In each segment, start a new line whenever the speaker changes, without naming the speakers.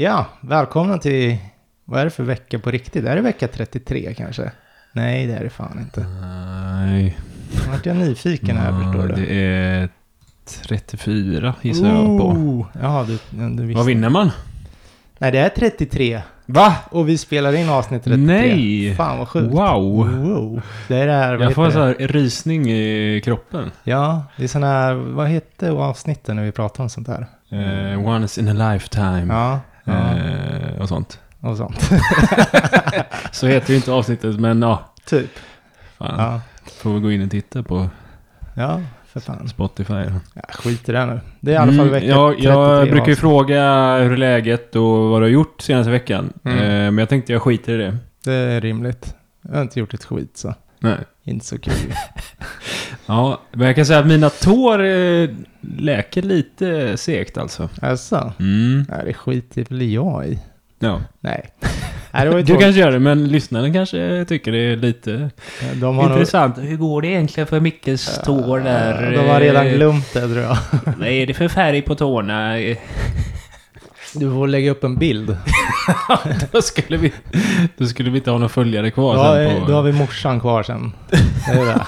Ja, välkomna till... Vad är det för vecka på riktigt? Är det vecka 33 kanske? Nej, det är det fan inte.
Nej.
Nu vart jag nyfiken här, förstår du.
Det är 34 gissar jag på.
Oh, Jaha, du, du visste.
Vad vinner man?
Nej, det är 33.
Va?
Och vi spelar in avsnitt 33.
Nej!
Fan vad sjukt.
Wow!
Wow. Det är det här, vad
Jag får
heter
så
det?
här rysning i kroppen.
Ja, det är sån här, vad hette avsnitten när vi pratade om sånt här?
Eh, once in a lifetime.
Mm. Ja, ja
Eh, och sånt.
och sånt.
Så heter ju inte avsnittet, men ja.
typ.
Fan.
Ja.
Får vi gå in och titta på
ja, för fan.
Spotify. då.
Ja, skit i det här nu. Det är i alla fall
Mm,
vecka
ja,
33
Jag brukar ju
avsnitt.
fråga hur är läget och vad du har gjort senaste veckan.
Mm.
Eh, men jag tänkte jag skiter i det.
Det är rimligt. Jag har inte gjort ett skit så.
Nej.
Inte så kul.
Ja, men jag kan säga att mina tår eh, läker lite segt alltså.
alltså,
Mm.
nej, det skiter väl jag i.
Ja.
Nej. nej det var ju
Du
tråkigt.
kanske gör det, men lyssnaren kanske tycker det är lite
De har nog...
intressant. Hur går det egentligen för Mickes tår där?
De har redan
Eh,
glömt det tror jag.
Vad är det för färg på tårna? Eh,
Du får lägga upp en bild.
då, skulle vi, då skulle vi inte ha några följare
Då
kvar sen
har,
på...
eh, då har vi morsan kvar sen. Det är det.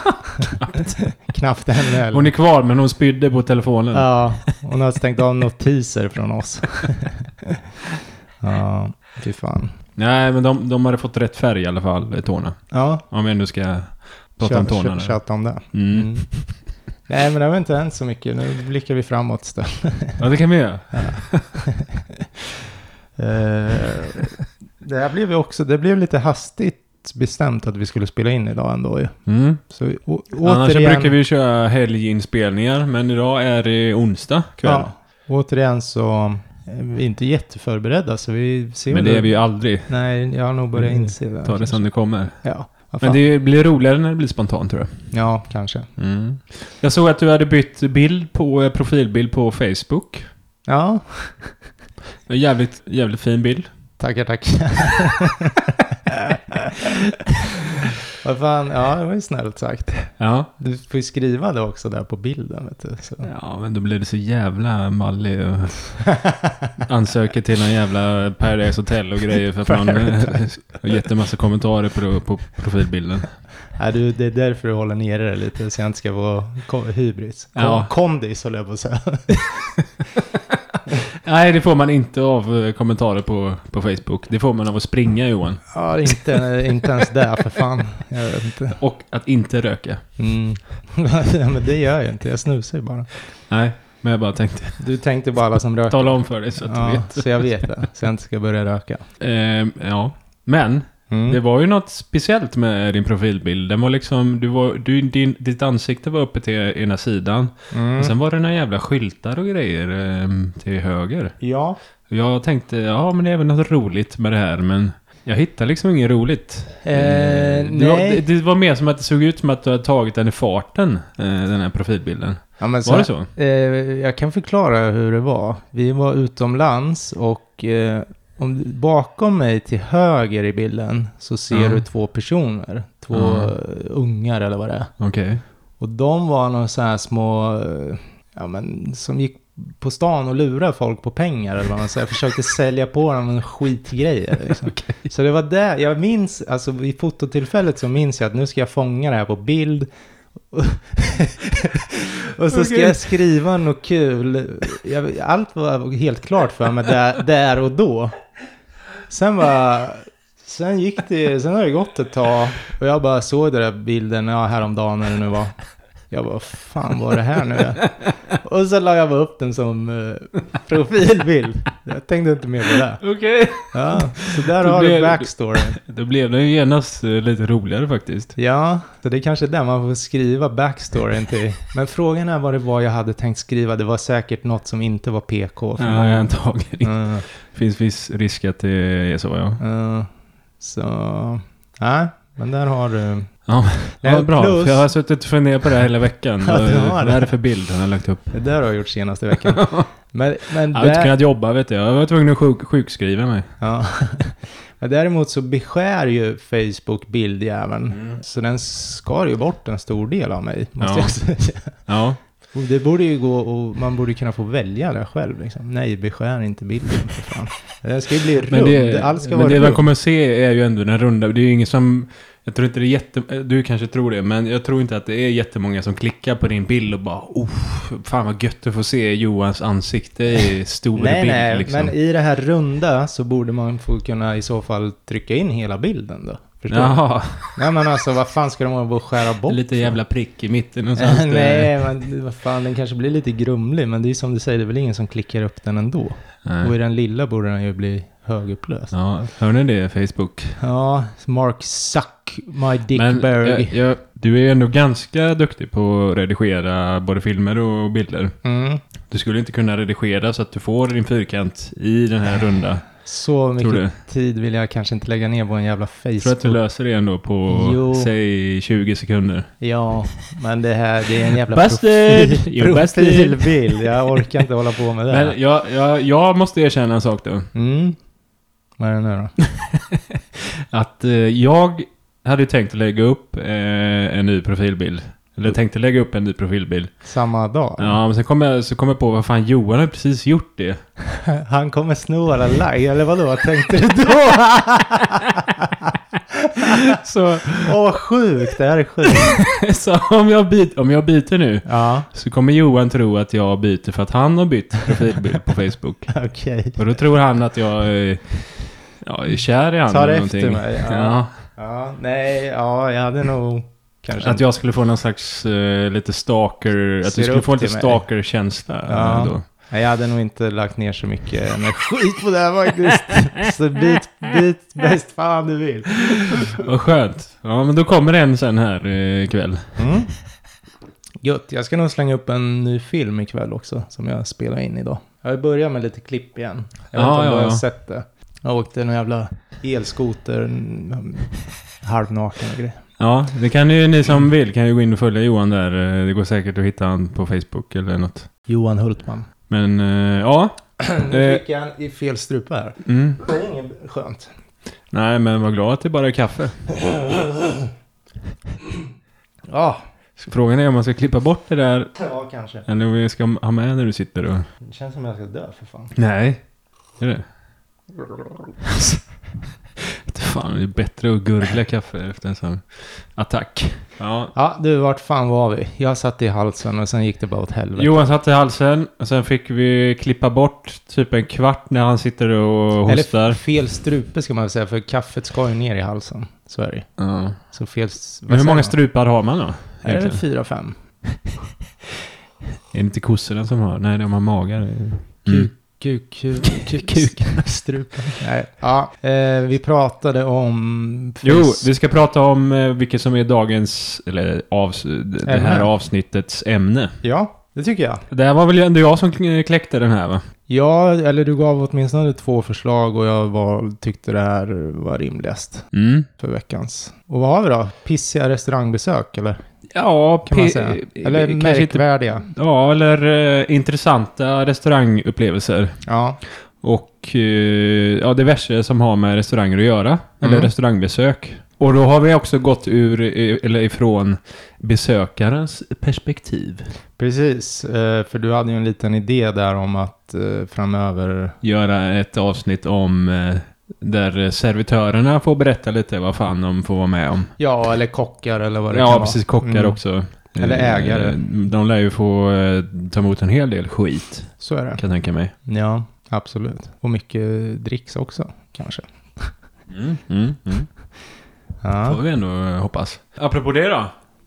Knappt henne heller.
Hon är kvar, men hon spydde på telefonen.
Ja, hon har stängt av notiser från oss. Ja, fy fan.
Nej, men de, de hade fått rätt färg i alla fall, eh, tårna.
Ja,
Om vi nu ska prata om
kö-
tårna.
kö-
nu.
tjata om det.
Mm.
Mm. Nej, men det var inte än så mycket. Nu blickar vi framåt istället.
Ja, det kan vi göra.
Eh, det här blev ju också, det blev lite hastigt bestämt att vi skulle spela in idag ändå ju.
Mm.
Så vi- å,
Annars så
återigen-
brukar vi ju köra helginspelningar, men idag är det onsdag kväll.
Ja, återigen så är vi inte jätteförberedda så vi ser
men
väl-
det är vi ju aldrig.
Nej, jag har nog börjat
Mm,
inse det.
Ta det som det kommer.
Ja, vad
Men
fan.
det blir roligare när det blir spontant tror jag.
ja, kanske.
Mm. Jag såg att du hade bytt bild på, eh, profilbild på Facebook.
Ja,
En jävligt, jävligt fin bild.
tackar, tackar. vad fan, ja, det var ju snällt sagt.
Ja.
Du får ju skriva det också där på bilden, vet du. Så.
Ja, men då blir det så jävla mallig och ansöker till en jävla Paradise Hotel och grejer för att man har jättemassa kommentarer på, på profilbilden.
Nej, du, det är därför du håller nere det lite, så jag inte ska vara ko- hybris. Kom,
Ja.
Kondis, höll jag på att säga.
Nej, det får man inte av eh, kommentarer på, på Facebook. Det får man av att springa Johan.
Ja, inte, inte ens det, för fan. Jag vet inte.
Och att inte röka.
Mm. ja, men det gör jag inte, jag snusar ju bara.
Nej, men jag bara tänkte
Du tänkte bara alla som röker.
tala om för dig så att du
ja,
vet.
så jag vet det. Så jag inte ska börja röka.
Ehm, ja. Men,
Mm.
det var ju något speciellt med din profilbild. Den var liksom, du var, du, din, ditt ansikte var uppe till ena sidan.
mm.
Och sen var det några jävla skyltar och grejer ehm, till höger.
Ja,
Jag tänkte, ja men det är väl något roligt med det här, men jag hittar liksom inget roligt.
Eh,
det, var,
nej.
det, det var mer som att det såg ut som att du hade tagit den i farten, eh, den här profilbilden.
ja men
var det så?
Eh, jag kan förklara hur det var. Vi var utomlands och eh, om, bakom mig till höger i bilden så ser
Mm.
du två personer. Två
Mm.
eh, ungar eller vad det är.
Okej.
Och de var några så här små, eh, ja men som gick på stan och lurade folk på pengar eller vad man säger. Försökte sälja på dem en skitgrejer liksom. Så det var det, jag minns, alltså vid fototillfället så minns jag att nu ska jag fånga det här på bild. Och- och så ska
Okej.
jag skriva något kul. Jag, allt var helt klart för mig där, där och då. Sen bara, sen gick det, sen har det gått ett tag och jag bara såg den där bilden, ja häromdagen eller nu var. Jag bara, fan vad är det här nu är? Och så la jag bara upp den som eh, profilbild. Jag tänkte inte mer på det.
Okej.
Ja, så där
Då
har du
blev-
backstoryn.
Då blev den ju genast eh, lite roligare faktiskt.
Ja, så det är kanske är där man får skriva backstoryn till. Men frågan är vad det var jag hade tänkt skriva. Det var säkert något som inte var PK. för
Ja,
mig.
antagligen.
Mm,
Finns viss risk att det är så, ja.
mm. så, nej, men där har du.
Ja,
Nej,
ja bra.
plus-
För jag har suttit och funderat på det här hela veckan.
Ja, du har
Vad
det.
är det för bild han har lagt upp?
Det där har jag gjort senaste veckan. Men, men
Jag har inte
där,
kunnat jobba, vet jag. Jag var tvungen att sjuk, sjukskriva mig.
ja. men däremot så beskär ju Facebook bildjäveln. Så den skar ju bort en stor del av mig, måste
Mm. Ja.
jag säga.
Ja,
Och det borde ju gå och man borde kunna få välja det själv. Liksom. Nej, beskär inte bilden för fan. Den ska ju bli rund.
men det,
Allt ska
men
vara
det man
rund.
kommer att se är ju ändå den runda. Det är ju ingen som... Jag tror inte det är jätte... Du kanske tror det, men jag tror inte att det är jättemånga som klickar på din bild och bara oh, fan vad gött att få se Johans ansikte i stor
Nej,
bild
nej,
liksom.
men i det här runda så borde man få kunna i så fall trycka in hela bilden då. Förstår du?
Jaha,
Nej, men alltså vad fan ska de hålla på och skära bort?
lite eh. jävla prick i mitten någonstans. där.
nej, men vad fan, den kanske blir lite grumlig, men det är ju som du säger, det är väl ingen som klickar upp den ändå. Och
nej.
i den lilla borde den ju bli högupplöst.
Ja, hör ni det Facebook?
Ja, Mark Zuck, my
Men eh,
Dickberg.
jag, jag, du är ju ändå ganska duktig på att redigera både filmer och bilder.
Mm.
Du skulle inte kunna redigera så att du får din fyrkant i den här runda.
Så
Tror du?
mycket tid vill jag kanske inte lägga ner på en jävla
Jag tror att
Facebook.
du löser det ändå på,
Jo.
säg 20 sekunder.
Ja, men det här, det är en jävla
Bastard!
profil,
You're bastard!
profilbild. Jag orkar inte hålla på med det.
Men
här.
jag, jag, jag måste erkänna en sak då.
Mm. Vad är det nu då?
Att eh, jag hade ju tänkt att lägga upp eh, en ny profilbild. Eller tänkte lägga upp en ny profilbild.
Samma dag?
Ja, men sen kom jag, så kom jag på vad fan Johan har precis gjort det.
Han kommer sno alla like, eller vadå? Vad tänkte du då?
Så,
Åh, vad sjukt. Det här är sjukt.
så om, jag byt, om jag byter nu
Ja,
så kommer Johan tro att jag byter för att han har bytt profilbild på Facebook.
okej.
Och då tror han att jag är, ja, är kär i honom.
Tar
eller
efter
någonting.
mig, ja.
ja.
Ja, nej, ja, jag hade nog kanske...
Att jag skulle få någon slags eh, lite stalker, att
Ser
du skulle
upp
få lite
till mig.
stalker-känsla.
Ja.
eh, Då.
Nej, jag hade nog inte lagt ner så mycket energi på det här faktiskt. Så byt, byt bäst fan du vill.
Vad skönt. Ja, men då kommer en sen här eh, ikväll.
Mm. Gött, jag ska nog slänga upp en ny film ikväll också som jag spelar in idag. Jag börjar med lite klipp igen. Jag vet
Ja,
inte om
ja,
du har
ja.
sett det. Jag åkte någon jävla elskoter, mm, halvnaken och grejer.
Ja, det kan ju ni som vill kan ju gå in och följa Johan där. Eh, Det går säkert att hitta han på Facebook eller något.
Johan Hultman.
Men eh, ja.
Nu
Eh.
fick jag en i fel strupe här.
Mm.
Det är inget skönt.
Nej, men var glad att det bara är kaffe.
Ja,
Frågan är om man ska klippa bort det där
ja kanske.
eller om vi ska ha med när du sitter och...
Det känns som jag ska dö för fan.
Nej. Är det? Fan, det är bättre att gurgla kaffe efter en sån attack. Ja,
Ja, du vart fan var vi? Jag satt i halsen och sen gick det bara åt helvete.
Johan satt i halsen och sen fick vi klippa bort typ en kvart när han sitter och
Eller
hostar.
fel strupe ska man väl säga, för kaffet ska ju ner i halsen. Så är det ju.
Ja.
Så fel...
Men hur många strupar har man då?
Är det
egentligen?
fyra, fem?
Är det inte kossorna som har? Nej, de har magar.
Kuk, kuk, kuk, strupe. Nej, ja. Eh, vi pratade om...
Jo,
face-
vi ska prata om eh, vilket som är dagens, eller avs- d- det här
Ämne.
avsnittets ämne.
Ja, det tycker jag.
Det här var väl ändå jag som kn- kläckte den här va?
Ja, eller du gav åtminstone två förslag och jag var, tyckte det här var rimligast
Mm.
för veckans. Och vad har vi då? Pissiga restaurangbesök, eller?
Ja,
Kan man
pe-
säga.
eh,
Eller
kanske inte-
märkvärdiga.
Ja, eller eh, intressanta restaurangupplevelser.
Ja.
Och eh, ja, diverse som har med restauranger att göra. Eller
Mm.
restaurangbesök. Och då har vi också gått ur, eh, eller ifrån besökarens perspektiv.
Precis, eh, för du hade ju en liten idé där om att eh, framöver...
Göra ett avsnitt om eh, där servitörerna får berätta lite vad fan de får vara med om.
Ja, eller kockar eller vad det kan
Ja, precis.
vara.
Kockar
Mm,
också.
Eller
Eh,
ägare.
De lär ju få eh, ta emot en hel del skit,
Så är det.
kan jag tänka mig.
Ja, absolut. Och mycket dricks också, kanske.
Mm, mm, mm. Får
Ja.
vi ändå eh, hoppas. Apropå det då.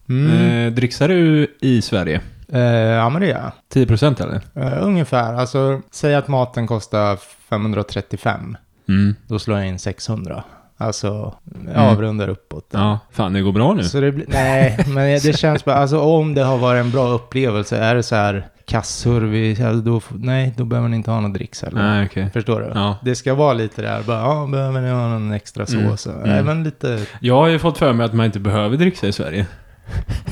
Mm.
Eh, dricksar du i Sverige?
Eh, ja, men det gör jag.
10% eller?
Eh, ungefär. Alltså, säg att maten kostar 535.
Mm.
Då slår jag in 600. Alltså, jag
Mm.
avrundar uppåt.
Ja, fan det går bra nu.
Så det blir, nej, men det känns bara, alltså om det har varit en bra upplevelse, är det så här kassor, vi, alltså, då, får- nej, då behöver man inte ha någon dricks eller?
Nej, okej.
Förstår du?
Ja.
Det ska vara lite det här, bara, ja, behöver ni ha någon extra
Mm,
sås?
mm.
Nej, men lite,
Jag har ju fått för mig att man inte behöver dricksa i Sverige.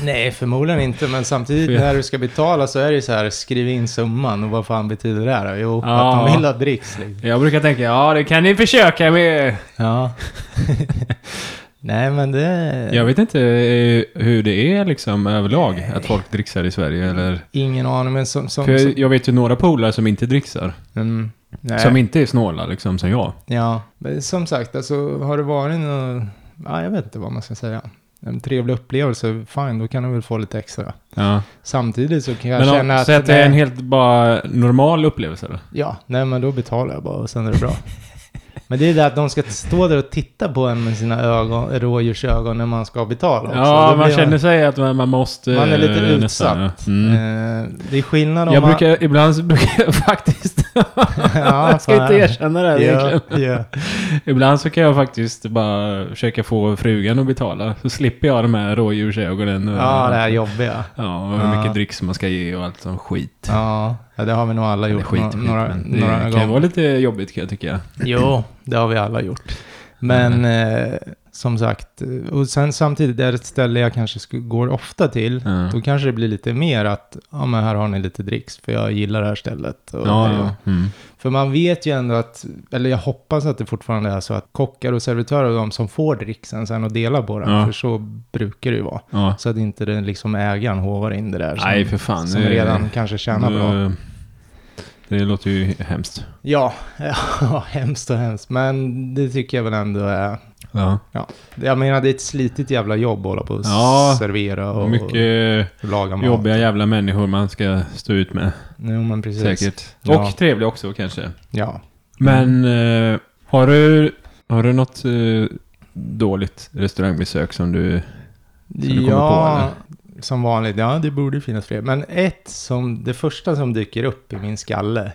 nej, förmodligen inte, men
För
samtidigt
jag-
när du ska betala så är det ju så här, skriv in summan och vad fan betyder det här? Jo,
Ja.
att de vill ha dricks liksom.
Jag brukar tänka, ja det kan ni försöka med.
Ja. nej, men det...
Jag vet inte eh, hur det är liksom överlag att folk dricksar i Sverige eller...
Ingen aning, men som... som,
För
som
jag, jag vet ju några polare som inte dricksar.
mm, nej.
Som inte är snåla liksom som jag.
Ja, men som sagt, alltså har det varit någon, ja, jag vet inte vad man ska säga. En trevlig upplevelse, fine, då kan du väl få lite extra.
Ja.
Samtidigt så kan jag
Men om,
känna att...
säg att det är en
nej,
helt bara normal upplevelse då.
Ja, nej men då betalar jag bara och sen är det bra. men det är det att de ska stå där och titta på en med sina ögon, rådjursögon när man ska betala också.
Ja,
Då
man
blir
känner sig att man, man måste...
Man är lite
eh,
utsatt.
ja. Mm.
Eh, det är skillnad om
Jag
man...
brukar, ibland så brukar jag faktiskt...
ja,
jag ska inte
fan.
erkänna det här egentligen.
Ja, ja.
Ibland så kan jag faktiskt bara försöka få frugan att betala. Så slipper jag de här rådjursögonen. Och,
ja, det här jobbiga.
Ja, och hur mycket
Ja.
dricks man ska ge och allt sånt skit.
Ja, ja, det har vi nog alla
Eller
gjort
skit,
no-
skit,
några,
men det
några
kan
gånger.
vara lite jobbigt kan jag tycka.
Jo, det har vi alla gjort. Men
Mm.
eh, som sagt, eh, och sen samtidigt är det ett ställe jag kanske sku- går ofta till.
Ja,
Då kanske det blir lite mer att, ja men här har ni lite dricks, för jag gillar det här stället. Och,
ja, ja. Mm.
För man vet ju ändå att, eller jag hoppas att det fortfarande är så att kockar och servitörer är de som får dricksen sen och delar på den,
Ja.
för så brukar det ju vara.
ja.
Så att inte den liksom ägaren hovar in det där som,
Nej, för fan.
som
det-
redan kanske tjänar bra.
det- Det låter ju hemskt.
Ja, ja, hemskt och hemskt, men det tycker jag väl ändå är
Ja.
Jag menar det är ett slitigt jävla jobb att hålla på och
Ja,
servera och
Mycket
laga mat.
jobbiga jävla människor man ska stå ut med.
Jo men precis.
Säkert. Och
Ja. Mm.
trevliga också kanske.
Ja.
Men eh, har, du, har du något eh, dåligt restaurangbesök som du... du kommer
ja, som vanligt. Ja, det borde finnas fler. Men ett som, det första som dyker upp i min skalle,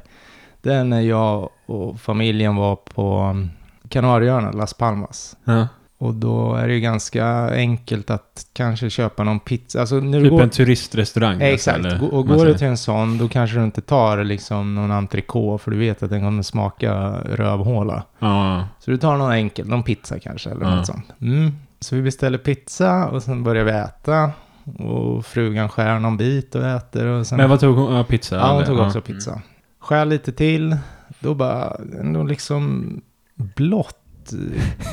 det är när jag och familjen var på mm, Kanarieöarna, Las Palmas.
Ja,
Och då är det ju ganska enkelt att kanske köpa någon pizza. Alltså när du
typ
går...
en turistrestaurang? alltså,
Exakt,
eller
Gå- och
vad man
går du
säger.
till en sån då kanske du inte tar liksom någon entrecote för du vet att den kommer smaka rövhåla.
Ja,
Så du tar någon enkel, någon pizza kanske eller
Ja.
något sånt. Mm. Så vi beställer pizza och sen börjar vi äta. Och frugan skär någon bit och äter. Och sen,
Men vad tog hon? Ja, pizza?
ja, hon
eller?
tog också
Ja.
pizza. Skär lite till, då bara, ändå liksom blått,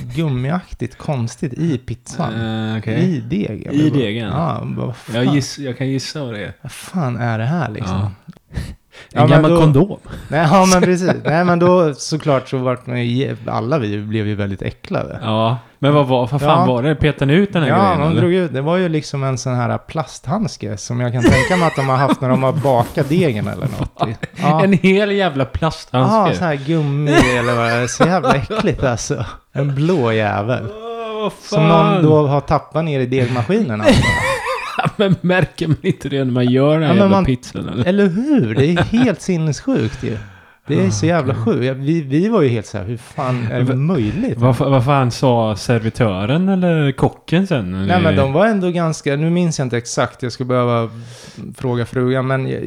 gummiaktigt, konstigt i pizzan.
Eh, okej.
I degen.
I degen?
Ja, bara, vad fan,
jag, giss, jag kan gissa vad det är.
vad fan är det här liksom?
Ja.
Ja,
En
men
gammal
då-
kondom.
Nej, ja men precis. Nej men då såklart så vart man ju, alla vi blev ju väldigt äcklade.
Ja, men vad, var, vad fan
Ja.
var det? Petade ni ut den här
Ja,
grejen?
de
eller?
drog ut, det var ju liksom en sån här plasthandske som jag kan tänka mig att de har haft när de har bakat degen eller något. Ja,
En hel jävla plasthandske.
ja sån här gummi eller vad det är. Så jävla äckligt alltså. En blå jävel.
Åh, vad fan.
Som någon då har tappat ner i degmaskinen. Alltså.
Men märker man inte det när man gör den här
Ja, men
jävla
man-
pizzan eller?
Eller hur? Det är helt sinnessjukt ju. Det är så jävla sjukt. Ja, Vi, vi var ju helt så här, hur fan är det möjligt?
Vad, fa- vad fan sa servitören eller kocken sen?
Nej men de var ändå ganska, nu minns jag inte exakt, jag skulle behöva fråga frugan, men jag,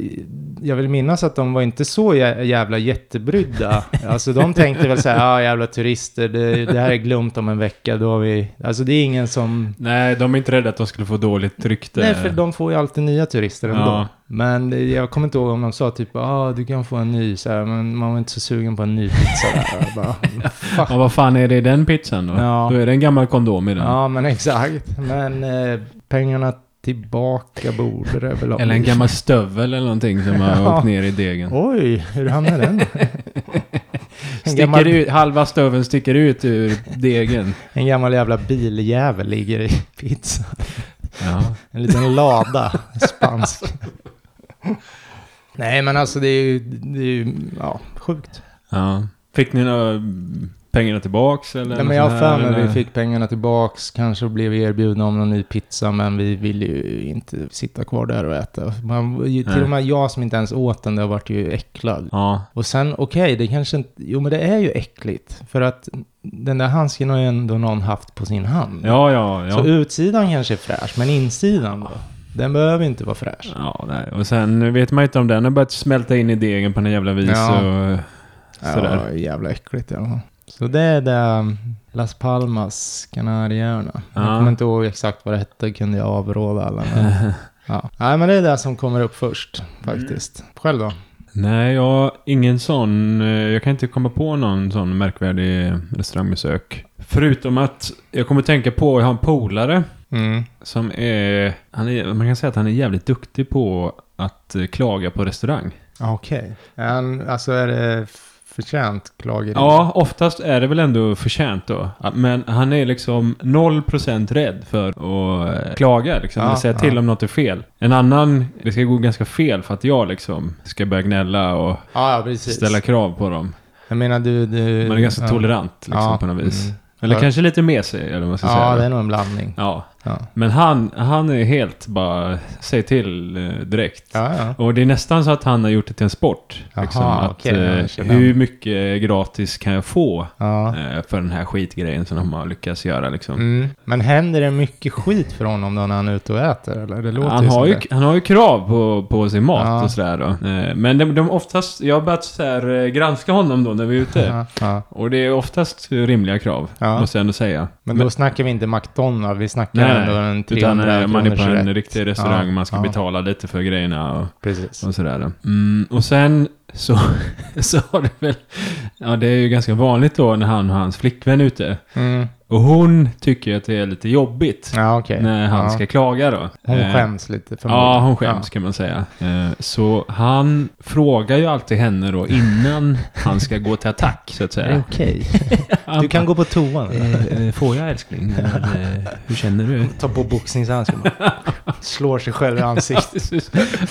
jag vill minnas att de var inte så jä- jävla jättebrydda. alltså de tänkte väl så här, ja jävla turister, det, det här är glömt om en vecka, då har vi, alltså det är ingen som...
Nej, de är inte rädda att de skulle få dåligt rykte.
Nej, för de får ju alltid nya turister ändå.
Ja.
Men det- jag kommer inte ihåg om de sa typ, ja ah, du kan få en ny, så här, men man var inte så sugen på en ny pizza. där. Jag bara, fuck.
Ja, vad fan är det i den pizzan då?
Ja.
Då är det en gammal kondom i den.
Ja, men exakt. Men eh, pengarna tillbaka borde det väl ha
Eller en
blivit.
gammal stövel eller någonting som har
Ja.
åkt ner i degen.
Oj, hur hamnade den? en,
sticker
gammal,
ut, halva stöveln sticker ut ur degen.
en gammal jävla biljävel ligger i pizza.
Ja.
En liten lada, spansk. Nej, men alltså det är ju, det är ju ja, sjukt.
ja. Fick ni några pengarna tillbaks eller?
Nej, men jag har för mig att vi fick pengarna tillbaks, kanske blev erbjudna om någon ny pizza, men vi ville ju inte sitta kvar där och äta. Man, ju, till
Nej.
och med jag som inte ens åt den där vart ju äcklad.
Ja,
Och sen, okej, det kanske inte... Jo, men det är ju äckligt. För att den där handsken har ju ändå någon haft på sin hand.
ja, ja.
Så
ja.
utsidan kanske är fräsch, men insidan då? Den behöver inte vara fräsch.
Ja, nej. Och sen vet man ju inte om den har börjat smälta in i degen på något jävla vis.
Ja.
Och,
Ja,
sådär.
det är jävla äckligt i alla fall. Så det är det um, Las Palmas, Kanarieöarna.
Ja.
Jag kommer inte ihåg exakt vad det hette, kunde jag avråda alla. Men, ja. Nej, men det är det som kommer upp först faktiskt. Själv då?
Nej, jag har ingen sån. eh, Jag kan inte komma på någon sån märkvärdig restaurangbesök. Förutom att jag kommer tänka på, jag har en polare
Mm.
som är, han är, man kan säga att han är jävligt duktig på att eh, klaga på restaurang.
Okej. Okay. Alltså är det förtjänt klageri?
Ja, oftast är det väl ändå förtjänt då. Ja, Men han är liksom 0% rädd för att eh, klaga liksom.
Ja,
eller säga
ja.
till om något är fel. En annan, det ska gå ganska fel för att jag liksom ska börja gnälla och
Ja, ja, precis.
ställa krav på dem.
Jag menar du... du
Man är ganska
ja.
tolerant liksom
Ja,
på något vis.
mm.
Eller
Ja.
kanske lite med sig, eller vad man ska
Ja,
säga.
det är nog en blandning.
Ja.
Ja.
Men han, han är helt bara, säg till eh, direkt.
Ja, ja.
Och det är nästan så att han har gjort det till en sport. liksom,
Jaha,
att,
okej,
eh,
jag känner.
hur mycket gratis kan jag få
ja.
eh, för den här skitgrejen som de har lyckats göra liksom.
Mm. Men händer det mycket skit för honom då när han är ute och äter? Eller? Det låter
Han
ju som
har, ju,
det.
han har ju krav på, på sin mat
Ja.
och sådär då. Eh, Men de, de oftast, jag har börjat så här, eh, granska honom då när vi är ute.
Ja, ja.
Och det är oftast rimliga krav,
Ja.
måste jag ändå säga.
Men då snackar vi inte McDonalds, vi snackar
Nej,
ändå
nej.
en
Utan
300
eh, man är på
kronors
en
rätt.
riktig restaurang,
Ja,
man ska
ja.
betala lite för grejerna och,
Precis.
och sådär. Mm, och sen så, så har det väl, ja det är ju ganska vanligt då när han och hans flickvän är ute.
Mm.
Och hon tycker att det är lite jobbigt
Ja, okej.
när han
ja.
ska klaga då.
Hon
Eh,
skäms lite förmodligen.
Ja, hon skäms kan man säga. Eh, Så han frågar ju alltid henne då innan han ska gå till attack så att
Ja. Är det
säga.
okej?
Han
Du kan gå Eh, på toan.
Får jag älskling?
eh,
Hur känner du?
Ta på boxningshandsken bara. Slår sig själv i ansiktet.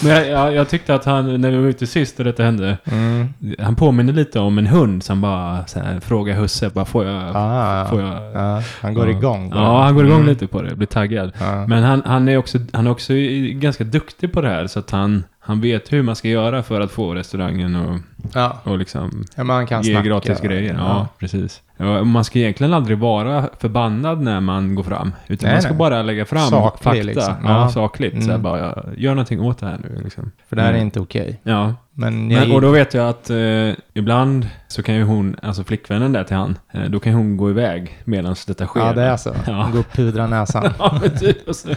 Men jag, jag, jag tyckte att han, när vi var ute sist och detta hände,
Mm.
han påminner lite om en hund som bara så här, frågar husse, bara får jag?
Ah,
Får jag?
ja. Han går
Ja.
igång. på
Ja,
det.
han går igång
Mm.
lite på det, blir taggad.
Ja.
Men han, han, är också, han är också i- ganska duktig på det här, så att han, han vet hur man ska göra för att få restaurangen och,
Ja.
och liksom
ja, men han kan
Ge
snacka.
gratis grejer, ja, precis. Ja, Man ska egentligen aldrig vara förbannad när man går fram. Utan
Nej,
man ska
nej.
bara lägga fram
Saklig,
fakta.
liksom.
Ja,
Ja.
sakligt. Så här,
Mm.
bara, ja, gör någonting åt det här nu. Liksom.
För det här är
Mm.
inte okej.
Ja.
Men, jag,
Men, och då vet jag att eh, ibland så kan ju hon, alltså flickvännen där till han, eh, då kan hon gå iväg medan detta sker.
Ja, det är så.
Ja.
Gå och pudra näsan.
Ja, men typ. Och så,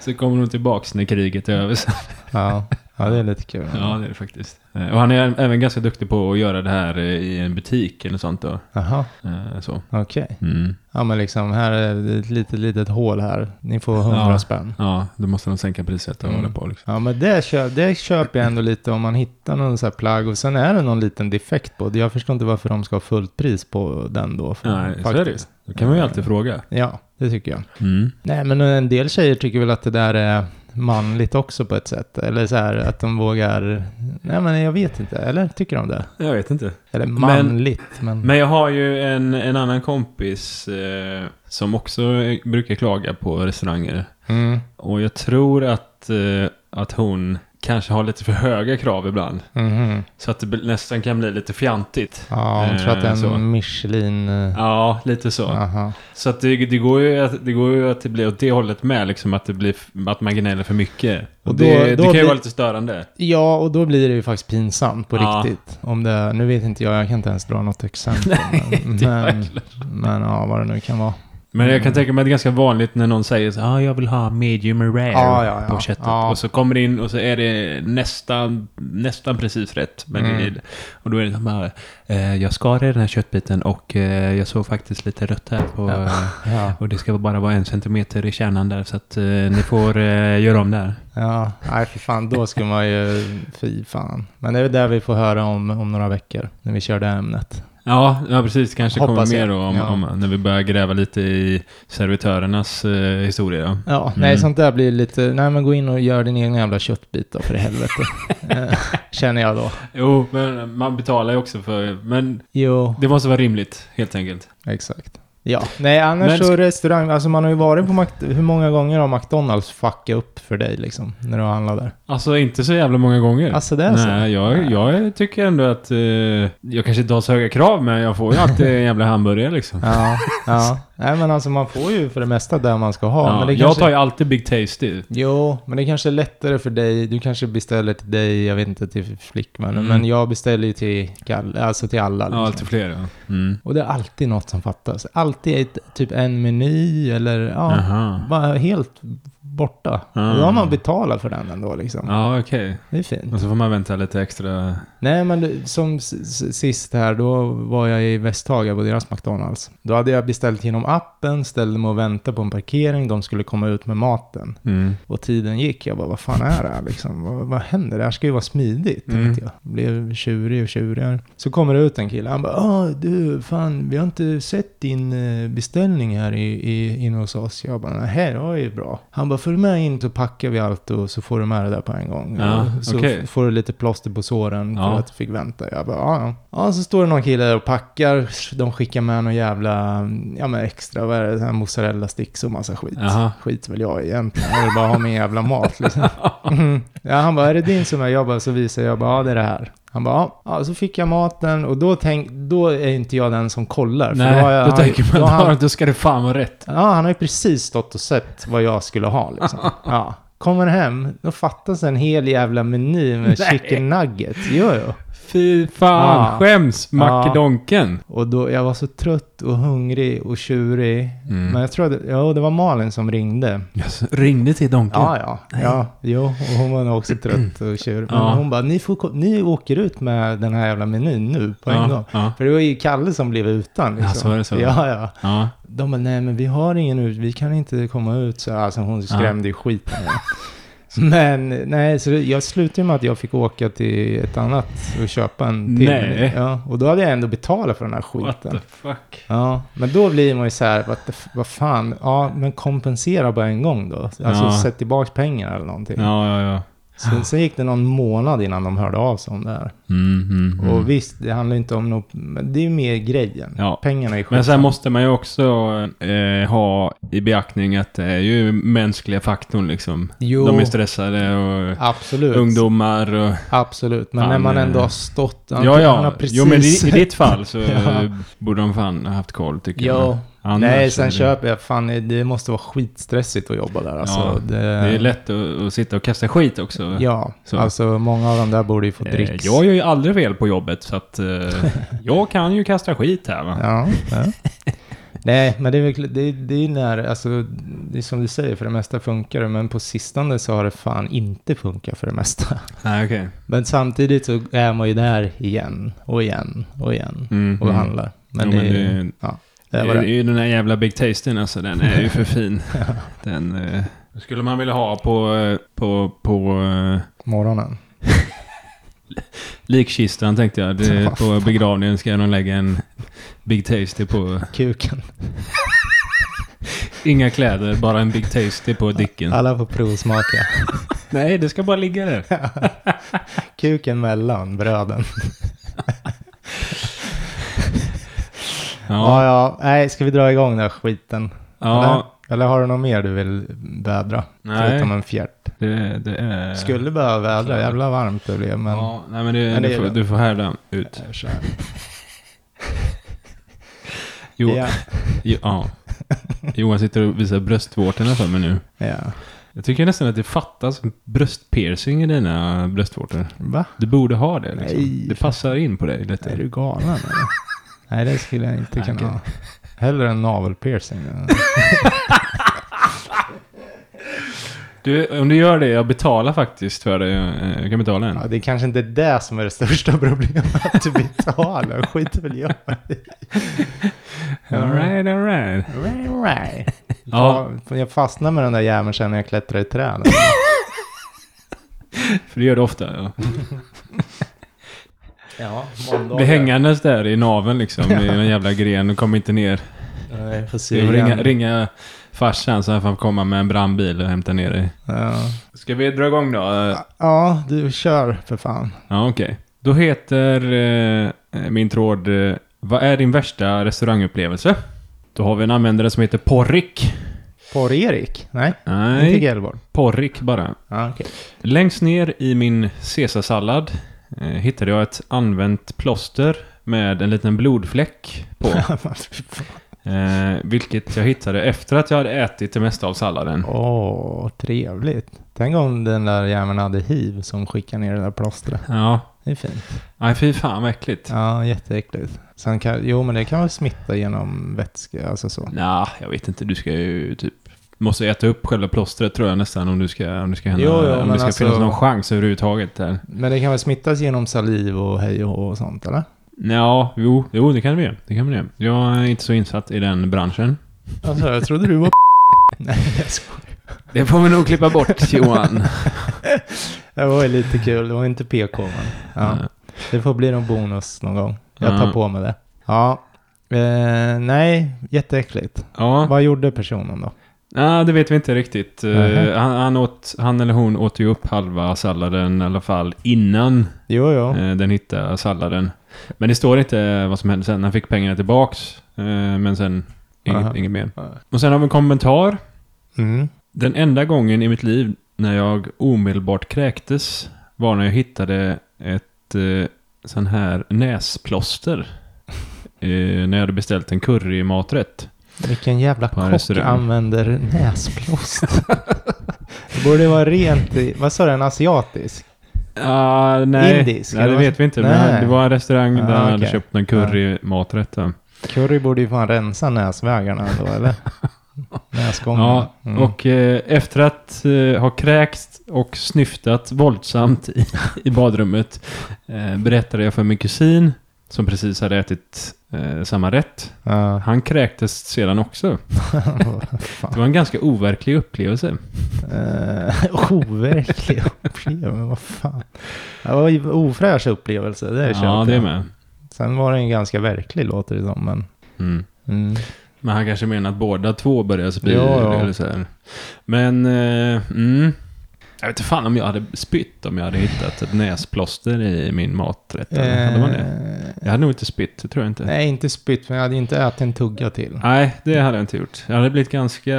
så kommer hon tillbaks när kriget är över. Så,
Ja. ja, det är lite kul.
ja, det är det faktiskt. Eh, Och han är även ganska duktig på att göra det här eh, i en butik eller sånt då.
Jaha,
Eh, så.
okej.
Mm.
Ja, men liksom här är ett litet, litet hål här. Ni får 100
Ja.
spänn.
Ja, då måste de sänka priset och
Mm.
hålla på. Liksom.
Ja, men det, köp, det köper jag ändå lite om man hittar någon sån här plagg. Och sen är det någon liten defekt på det. Jag förstår inte varför de ska ha fullt pris på den då. För,
Nej, så är det ju. Då kan man ju alltid fråga.
Ja, det tycker jag.
Eh. Mm.
Nej, men en del tjejer tycker väl att det där är manligt också på ett sätt. Eller så här att de vågar... Nej, men jag vet inte. Eller tycker de det?
Jag vet inte.
Eller manligt, men...
Mm. Men jag har ju en, en annan kompis eh, som också eh, brukar klaga på restauranger.
Mm,
Och jag tror att, eh, att hon kanske har lite för höga krav ibland.
mhm.
Så att det bl- nästan kan bli lite fjantigt.
Ja, hon tror att det är en
Eh, så.
Michelin... eh,
Ja, lite så.
Aha.
Så att det, det, går ju att, det går ju att det blir åt det hållet med, liksom att, det blir, f- att man gnäller för mycket. Och
Och
det,
då-
det
då
kan ju
blir-
vara lite störande.
Ja, och då blir det ju faktiskt pinsamt på
Ja.
riktigt. Om det, nu vet inte jag, jag kan inte ens dra något exempel. men,
Det är
men, men ja, vad det nu kan vara.
Men jag kan tänka mig att det är ganska vanligt när någon säger så ah, jag vill ha medium rare
Ja, ja, ja.
på köttet.
Ja.
Och så kommer det in och så är det nästan, nästan precis rätt. Men
Mm.
det, och då är det så här, eh, jag skar i den här köttbiten och eh, jag såg faktiskt lite rött här på...
Ja.
eh,
Ja,
Och det ska bara vara en centimeter i kärnan där så att eh, ni får eh, göra om där.
ja. nej för fan, då ska man ju, fy fan. Men det är väl det vi får höra om, om några veckor, när vi kör det här ämnet.
Ja, ja precis. Kanske
Hoppas
kommer
jag.
mer då om,
Ja.
om, när vi börjar gräva lite i servitörernas eh, historia.
Ja, nej
Mm.
sånt där blir lite, nej men gå in och gör din egna jävla köttbit då för i helvete. Eh, Känner jag då.
Jo, men man betalar ju också för... Men
Jo,
det måste vara rimligt, helt enkelt.
exakt. Ja, nej annars
Men-
så restaurang, alltså man har ju varit på Mac- hur många gånger har McDonalds fuckat upp för dig liksom, när du har handlat där?
Alltså inte så jävla många gånger.
Alltså det är så?
Nej, jag, jag tycker ändå att... Eh, jag kanske inte har så höga krav, men jag får ju alltid en jävla hamburgare liksom.
Ja, ja. Nej men alltså man får ju för det mesta där man ska ha.
Ja,
men det
jag
kanske...
tar ju alltid Big Tasty.
Jo, men det kanske är lättare för dig. Du kanske beställer till dig, jag vet inte, till flickvännen.
Mm.
Men jag beställer ju till, Kalle, alltså till alla.
Ja,
Liksom.
alltid fler. Ja. Mm.
Och det är alltid något som fattas. Alltid ett, typ en meny eller ja,
Aha.
bara helt borta.
Ah.
Och då har man betalat för den ändå liksom.
Ja, okej.
Det är fint.
Och så får man vänta lite extra.
Nej men du, som s- s- sist här, då var jag i Västhaga på deras McDonalds. Då hade jag beställt genom appen, ställde mig och väntade på en parkering, de skulle komma ut med maten.
Mm.
Och tiden gick. Jag bara, vad fan är det här liksom? Vad, vad händer? Det här ska ju vara smidigt,
Mm.
tänkte jag. Blev tjurig och tjurigare. Så kommer det ut en kille. Han bara, ah du, fan, vi har inte sett din eh, beställning här i, i, inne hos oss. Jag bara, nej, det var ju bra. Han bara, följ med in och packar vi allt och så får du med det där på en gång.
Ja,
Och så
okej.
f- får du lite plåster på såren för
Ja.
att du fick vänta. Jag bara, ja, ja. ja, så står det någon kille där och packar. De skickar med någon jävla, ja men extra, vad är det, så här mozzarella sticks och massa skit
Jaha.
skit vill jag egentligen. Jag vill bara ha min jävla mat liksom. Mm. Ja, han bara, är det din som är? Jag bara, så visar jag, jag bara, ja det är det här. Han bara, ja. ja, så fick jag maten och då, tänk, då är inte jag den som kollar. för
Nej,
har jag,
då tänker man
då
då,
har han,
då ska det fan vara rätt.
ja, han har ju precis stått och sett vad jag skulle ha liksom. Ja. Kommer hem, då fattas en hel jävla meny med
Nej.
chicken nuggets. Jo, jo.
Fy fan,
Ja.
skäms makedonken.
Och då, jag var så trött och hungrig och tjurig.
Mm.
Men jag tror att, ja, det var Malin som ringde.
Jag s- ringde till donken.
Ja, ja. ja jo, och hon var nog också trött och tjur. Men
Ja.
hon bara, ni, får, ko- ni åker ut med den här jävla menyn nu på en
Ja,
gång.
ja.
För det var ju Kalle som blev utan. Liksom.
Ja, så var det så.
Ja, ja.
Ja.
De bara, nej men vi har ingen ut, vi kan inte komma ut. Så, alltså hon skrämde ju skiten ur mig. Men nej, så det- jag slutade ju med att jag fick åka till ett annat och köpa en till.
Nej.
meny. Ja, och då hade jag ändå betalat för den här
What
skiten.
the fuck?
Ja, men då blir man ju så här, vad, the f- vad fan, ja, men kompensera bara en gång då. Alltså
Ja.
sätt tillbaka pengar eller någonting.
Ja, ja, ja.
Sen, sen gick det någon månad innan de hörde av sig om det här.
Mm, mm, mm.
Och visst, det handlar inte om något, men det är ju mer grejen.
Ja.
Pengarna är
Men sen
skitsamma.
måste man ju också eh, ha i beaktning att det är ju mänskliga faktorn liksom.
Jo.
De är stressade och
Absolut.
ungdomar och...
Absolut. Men
Fan,
när man
eh,
ändå har stått... han-
Ja,
han har
ja.
precis
Jo, men i, i ditt fall så
Ja.
eh, borde de fan ha haft koll tycker jag.
Jo.
Annars
Nej,
är
sen
det-
köper jag. Fan, det måste vara skitstressigt att jobba där. Alltså,
Ja,
det,
Det är lätt att, att sitta och kasta skit också.
Ja,
Så.
alltså många av de där borde ju få
Eh,
dricks.
Jag gör ju aldrig fel på jobbet, så att eh, jag kan ju kasta skit här va.
Ja. Nej, men det är väl det, det är när, alltså, det är som du säger, för det mesta funkar det, men på sistone så har det fan inte funkat för det mesta.
Nej, okej.
Men samtidigt så är man ju där igen och igen och igen
Mm,
och
mm.
handlar. Men,
Jo,
det,
men det-
ja,
Det
det var
är
det.
ju den där jävla Big Tasting alltså, den är ju för fin. Den eh, skulle man vilja ha på, eh, på, på eh,
Morgonen.
likkistan tänkte jag. Det, på begravningen ska de lägga en Big Tasty på...
Kuken.
Inga kläder, bara en Big Tasty på dicken.
Alla får provsmaka.
Nej, det ska bara ligga där.
Kuken mellan bröden. Ja,
Ja,
ja. Nej, ska vi dra igång den här skiten?
ja
Eller, eller har du något mer du vill vädra?
Nej.
Förutom en fjärt.
det, det är...
Skulle behöva vädra, jävla varmt det blev. Men...
Ja, nej men det,
Men det
du,
är
får,
lugnt.
du får härda ut.
Jag kör.
Jo,
Ja.
Jo, ja. Johan sitter och visar bröstvårtorna för mig nu.
ja.
Jag tycker nästan att det fattas bröstpiercing i dina bröstvårtor.
Va?
Du borde ha det liksom.
Nej.
Det passar in på dig lite.
Är du galen eller? Nej, det skulle jag inte kunna
Okej.
ha. Hellre en navelpiercing.
Du, om du gör det, jag betalar faktiskt för det. eh, Jag, jag kan betala en.
Ja, det är kanske inte det som är det största problemet. Att du betalar, skiter väl jag i.
Alright, alright.
Right, right.
Ja.
Ja, Jag fastnar med den där jäveln sen när jag klättrar i träden.
För det gör du ofta, ja.
Ja, måndag.
Blir hängandes där i naveln liksom, i den jävla grenen och kommer inte ner.
Nej, får se
Jag får ringa,
igen.
ringa farsan så han får komma med en brandbil och hämta ner dig.
Ja.
Ska vi dra igång då?
ja, du kör för fan.
Ja, okej. Då heter eh, min tråd eh, Vad är din värsta restaurangupplevelse? Då har vi en användare som heter Porrik.
På Erik? Nej, inte
Nej,
Gelborg.
Porrik bara.
Ja, okej.
Längst ner i min caesarsallad eh, hittade jag ett använt plåster med en liten blodfläck på. eh, vilket jag hittade efter att jag hade ätit det mesta av salladen.
Mm. Åh, trevligt. Tänk om den där jäveln hade hiv som skickade ner det där plåstret.
Ja,
Det är fint.
nej fy fan vad äckligt.
Ja, jätteäckligt. Sen kan, jo, men det kan väl smitta genom vätska, alltså så.
Nja, jag vet inte. Du ska ju typ... Måste äta upp själva plåstret tror jag nästan om du ska, om du ska hända,
Jo, jo,
om
men
det ska
alltså-
finnas någon chans överhuvudtaget där.
Men det kan väl smittas genom saliv och hej och hå och sånt, eller?
Ja, jo, jo, det kan vi göra. Det kan vi göra. Jag är inte så insatt i den branschen.
Alltså, jag trodde du var Nej, jag skojar.
Det får vi nog klippa bort, Johan.
Det var ju lite kul. Det var inte PK, men. Ja. Det får bli någon bonus någon gång. Jag tar
Ja.
på mig det. Ja. Eh, nej, jätteäckligt.
Ja,
Vad gjorde personen då?
nej, det vet vi inte riktigt. Eh,
Nähä.
han, han, åt, han eller hon åt ju upp halva salladen i alla fall innan
Jo, jo.
eh, den hittade salladen. Men det står inte vad som hände sen. Han fick pengarna tillbaks, eh, men sen inget,
Aha.
inget mer.
Nej.
Och sen har vi en kommentar.
Mm.
Den enda gången i mitt liv när jag omedelbart kräktes var när jag hittade ett eh, sån här näsplåster. Eh, när jag hade beställt en currymaträtt.
Vilken jävla
På en
kock
restaurang.
använder näsplåster? det borde vara rent i, vad sa du, en asiatisk?
Ah, nej,
Indisk,
nej,
eller
det
vad-
vet vi inte.
Nej.
Men det var en restaurang
Ah,
där jag hade
okej. Ah. Mm.
köpt en currymaträtt. då.
Curry borde ju fan rensa näsvägarna då, eller? Näsgångarna.
Ja,
Mm.
och eh, efter att eh, ha kräkts och snyftat våldsamt i, i badrummet eh, berättade jag för min kusin som precis hade ätit eh, samma rätt.
Ja.
Han kräktes sedan också. Det
fan.
var en ganska overklig upplevelse.
Eh, Overklig upplevelse, men vad fan. Det var ju ofräsch upplevelse, det kände
ja, det är
jag.
med.
Sen var den ju ganska verklig låter det som, men...
Mm.
Mm.
Men han kanske menar att båda två började spy.
Ja, ja.
Eller så här. Men, eh, mm. Jag vet inte fan om jag hade spytt om jag hade hittat ett näsplåster i min maträtt. eller Hade man det? Jag hade nog inte spytt, det tror jag inte.
Eh, Nej, inte spytt, men jag hade inte ätit en tugga till.
Nej, det hade jag inte gjort. Jag hade blivit ganska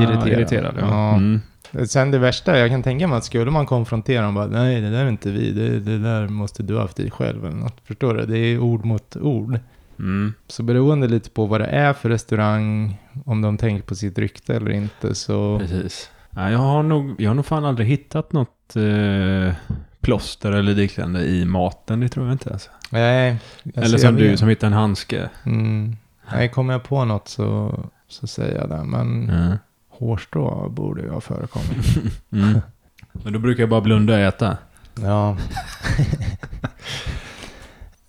irriterad.
Irriterad.
ja.
Ja.
Mm.
Sen det värsta, jag kan tänka mig att skulle man konfrontera dem bara, nej det där är inte vi, det, det där måste du ha haft i själv eller något. Förstår du? Det är ord mot ord.
Mm.
Så beroende lite på vad det är för restaurang, om de tänker på sitt rykte eller inte så...
Precis. Ja, jag, har nog, jag har nog fan aldrig hittat något eh, plåster eller liknande i maten. Det tror jag inte. Alltså.
Nej. alltså,
Eller
jag
som du
vet.
som hittar en handske.
Mm. Nej, kommer jag på något så, så säger jag det. Men
Mm.
hårstrå borde ju ha förekommit.
Mm. Men då brukar jag bara blunda och äta.
Ja.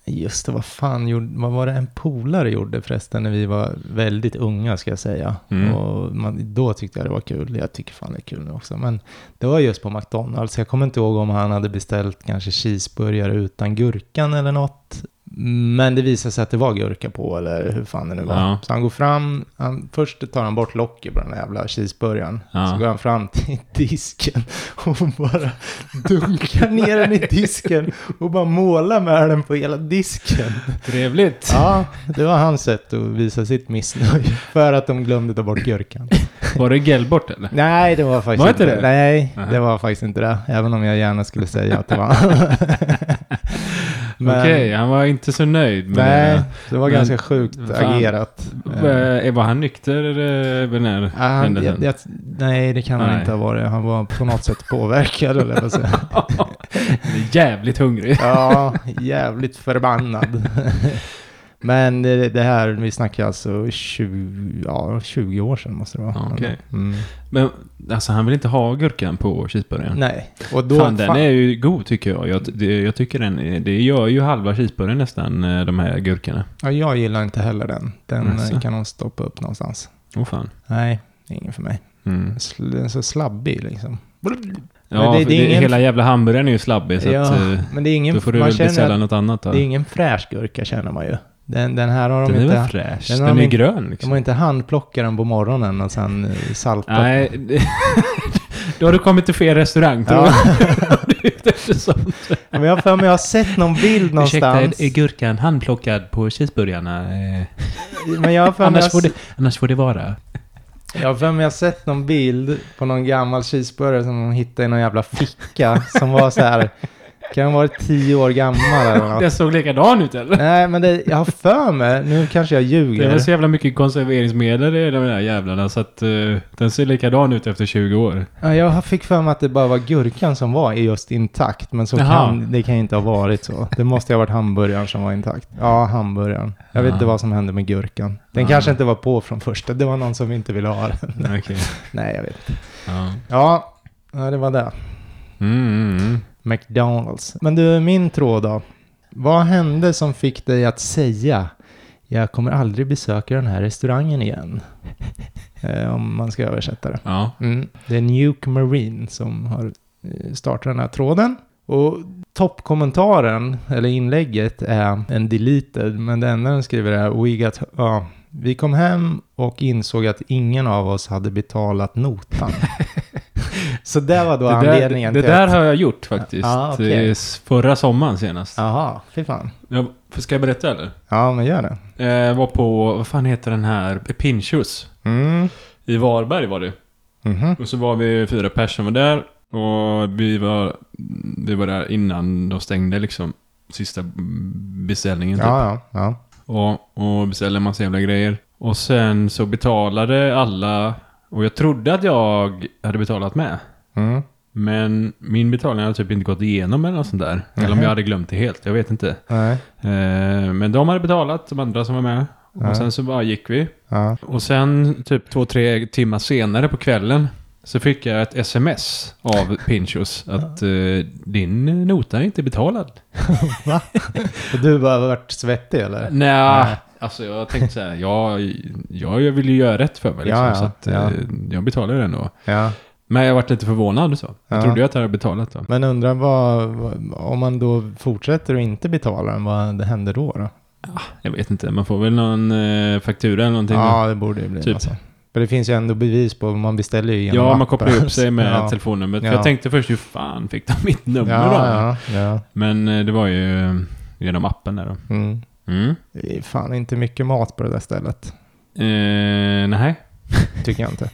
Just det, vad fan gjorde, vad var det en polare gjorde förresten när vi var väldigt unga ska jag säga.
Mm.
Och man, då tyckte jag det var kul, jag tycker fan det är kul nu också. Men det var just på McDonalds, jag kommer inte ihåg om han hade beställt kanske cheeseburgare utan gurkan eller något. Men det visade sig att det var gurka på eller hur fan det nu var.
Ja.
Så han går fram, han, först tar han bort locket på den här jävla cheeseburgaren.
Ja.
Så går han fram till disken och bara dunkar ner den i disken och bara målar med den på hela disken.
Trevligt.
Ja, det var hans sätt att visa sitt missnöje för att de glömde ta bort gurkan.
Var det Gelbort eller?
Nej, det var faktiskt
Var inte det?
Nej,
Aha.
det var faktiskt inte det. Även om jag gärna skulle säga att det var. Men-
Okej, han var inte så nöjd med
Nej, det var
men-
ganska sjukt
Fan.
agerat.
det. Eh, Var han nykter eh, vid den här
Ja, han,
händelsen?
jag, jag, nej, det kan han
Nej.
inte ha varit. Han var på något sätt påverkad, eller jag på att säga.
Han är jävligt hungrig.
Ja, jävligt förbannad. Men det, det här, vi snackar alltså 20, ja, 20 år sedan måste det vara.
Ja, okej.
Mm.
Men alltså han vill inte ha gurkan på cheeseburgaren.
Nej, och då...
fan, den är ju god tycker jag. Jag, det, jag tycker den, är- det gör ju halva cheeseburgaren nästan, eh, de här gurkorna.
ja, jag gillar inte heller den. Den eh,
Jaså?
kan hon stoppa upp någonstans.
Åh fan.
Nej, det är ingen för mig.
Mm.
Sl- Den är så slabbig liksom. Men det-
Ja,
det är
för det,
ingen-
hela jävla hamburgaren är ju slabbig. Så
ja,
att, eh,
men det är ingen,
då får du
man
väl
känner
beställa
att
något annat då.
det är ingen fräsch gurka känner man ju. Den, den här har de
Den är väl
inte...
fräsch?
den
Den,
har
är
de
ju
inte-
grön
De
liksom.
har inte handplockat den på morgonen och sen eh, saltat.
Nej, det- då har du kommit till fel restaurang. tror
Ja.
jag. Du är ute efter sånt.
Men jag har för mig jag har sett någon bild någonstans.
gurkan handplockad på cheeseburgarna? Eh,
Men jag har för mig jag, har-
annars får det vara.
jag har för mig jag har sett någon bild på någon gammal cheeseburgare som de hittade i någon jävla ficka. som var så här, kan ha varit tio år gammal eller något.
Den såg likadan ut eller?
Nej, men det, jag har för mig, nu kanske jag
Det är väl så
ljuger.
jävla mycket konserveringsmedel i de där jävlarna så att eh, den ser likadan ut efter 20 år.
Ja, jag fick för mig att det bara var gurkan som var just intakt, men så
Jaha.
kan, det kan ju inte ha varit så. Det måste ju ha varit hamburgaren som var intakt. Ja, hamburgaren. Jag vet
Ja.
inte vad som hände med gurkan. Den
Ja.
kanske inte var på från första, det var någon som inte ville ha den.
Okej.
Nej, jag vet inte.
Ja.
Ja, ja, det var det.
Mm, mm, mm.
McDonalds. Men du, min tråd då. Vad hände som fick dig att säga jag kommer aldrig besöka den här restaurangen igen? Eh, Om man ska översätta det.
Ja.
Mm. Det är Nuke Marine som har eh, startat den här tråden. Och toppkommentaren, eller inlägget, är en deleted. Men det enda den skriver är We got, ja, Vi kom hem och insåg att ingen av oss hade betalat notan. Så det var då
Det där,
anledningen
det
till
där
att-
har jag gjort faktiskt.
Ja, okej.
Det är s- Förra sommaren senast.
Jaha, fy fan.
Jag, ska jag berätta eller?
Ja, men gör det.
Eh, Jag var på, vad fan heter den här, Pinchos.
Mm.
I Varberg var det.
Mhm.
Och så var vi fyra personer där. Och vi var, vi var där innan de stängde liksom. Sista beställningen typ.
Ja, ja, ja.
Och, och beställde en massa jävla grejer. Och sen så betalade alla. Och jag trodde att jag hade betalat med.
Mm.
Men min betalning hade typ inte gått igenom eller något sånt där. Eller om
Mhm.
jag hade glömt det helt, jag vet inte.
Nej.
Eh, men de hade betalat, de andra som var med.
Ja.
Och sen så bara gick vi.
Ja.
Och sen typ två, tre timmar senare på kvällen så fick jag ett sms av Pinchos att eh, din nota är inte betalad.
Och du bara varit svettig eller?
Nej, alltså jag tänkte så här, jag, jag vill ju göra rätt för mig liksom,
Ja, ja,
så att eh,
ja.
jag betalar den då.
Ja.
Men jag varit lite förvånad så. Jag
Ja.
trodde ju att jag hade betalat då.
Men undrar vad, vad, om man då fortsätter och inte betala den, vad det händer då? då?
Jag vet inte, man får väl någon eh, faktura eller någonting.
Ja, det borde ju bli
Typ.
alltså. För det finns ju ändå bevis på, man beställer ju genom
Ja, man
appen.
kopplar ju upp sig med
Ja.
telefonnumret. För
Ja.
Jag tänkte först, hur fan fick de mitt nummer då?
Ja, ja, ja.
Men eh, det var ju eh, genom appen där då.
Mm.
Mm.
Det är fan inte mycket mat på det där stället,
Eh, nej.
tycker jag inte.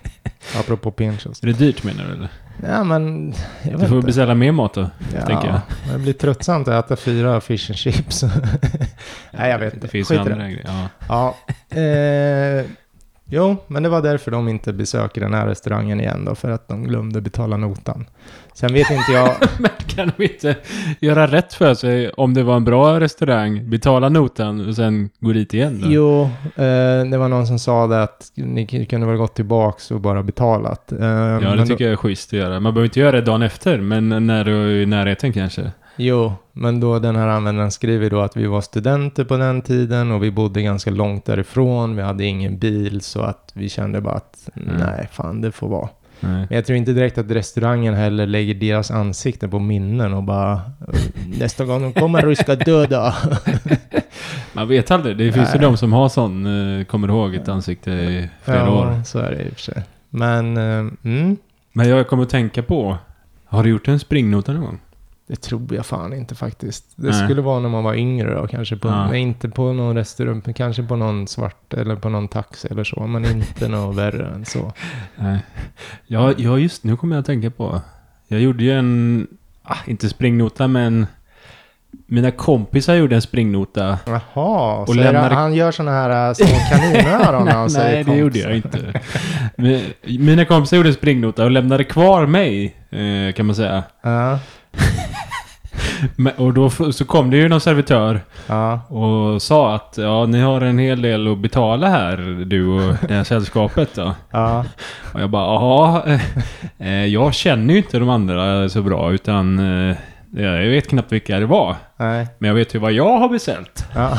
Apropå Pinchos.
Är det dyrt menar du eller?
Ja, men jag
Du
vet
får
inte.
beställa mer mat då.
Ja,
tänker jag.
men Det blir tröttsamt att äta fyra fish and chips. Nej, jag vet inte.
Det finns
Skit
ju
i
andra
det.
grejer. Ja.
Ja. Eh, jo, men det var därför de inte besöker den här restaurangen igen då, för att de glömde betala notan. Sen vet inte jag...
Kan de inte göra rätt för sig om det var en bra restaurang, betala notan och sen gå dit igen då?
jo, eh, det var någon som sa det att ni kunde väl gått tillbaks och bara betalat. Eh,
Ja,
men
det
då-
tycker jag är schysst att göra. Man behöver inte göra det dagen efter, men när du är i närheten kanske.
Jo, men då den här användaren skriver då att vi var studenter på den tiden och vi bodde ganska långt därifrån. Vi hade ingen bil så att vi kände bara att
Mm.
nej, fan det får vara.
Nej.
Men jag tror inte direkt att restaurangen heller lägger deras ansikten på minnen och bara "Äh, nästa gång de kommer du ska döda.
Man vet aldrig. Det finns ju
Nej.
de som har sån, eh, kommer ihåg ett ansikte i flera år.
så är det i och för sig. Men, eh, mm,
Men jag kommer att tänka på, har du gjort en springnota någon gång?
det tror jag fan inte faktiskt. Det
Nej.
skulle vara när man var yngre då, kanske på,
Ja.
nej, inte på någon restaurang, men kanske på någon svart eller på någon taxi eller så, men inte något värre än så.
Nej. Ja, ja, just nu kommer jag att tänka på. Jag gjorde ju en, ah, inte springnota, men mina kompisar gjorde en springnota.
Jaha,
Och
så är det-
lämnar-
han gör sådana här äh, små kaninöron när han säger
Nej, det
kompis.
gjorde jag inte. Men Mina kompisar gjorde en springnota och lämnade kvar mig, eh, kan man säga.
Ja,
Men- Och då f- så kom det ju någon servitör
ja,
och sa att ja, ni har en hel del att betala här, du och det här sällskapet då.
ja,
Och jag bara, jaha. Eh, jag känner ju inte de andra så bra utan eh, jag vet knappt vilka det var.
nej,
Men jag vet ju vad jag har beställt.
ja.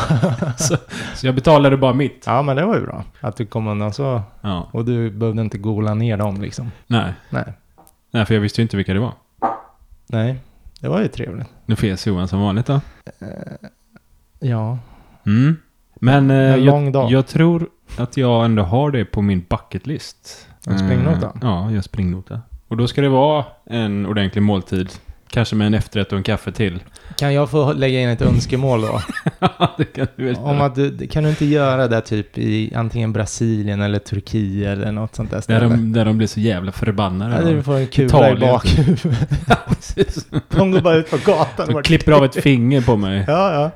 Så, så jag betalade bara mitt.
ja, men det var ju bra att du kom undan så.
Ja,
Och du behövde inte gola ner dem liksom.
nej.
Nej.
Nej, för jag visste ju inte vilka det var.
Nej, det var ju trevligt.
Nu fes Johan som vanligt då.
Ja,
Mm. Men eh,
En lång
jag,
dag.
jag tror att jag ändå har det på min bucket list.
En springnota?
Eh, ja, jag springnota. Och då ska det vara en ordentlig måltid. Kanske med en efterrätt och en kaffe till.
kan jag få lägga in ett önskemål då?
det kan du väl
Om att du, kan du inte göra det typ i antingen Brasilien eller Turkiet eller något sånt där
där,
ställe?
de, där de blir så jävla förbannade.
Eller
då.
du får en kula i
Italien.
bakhuvudet.
Precis.
De går bara ut på gatan. och
De
bara-
klipper av ett finger på mig.
Ja, ja.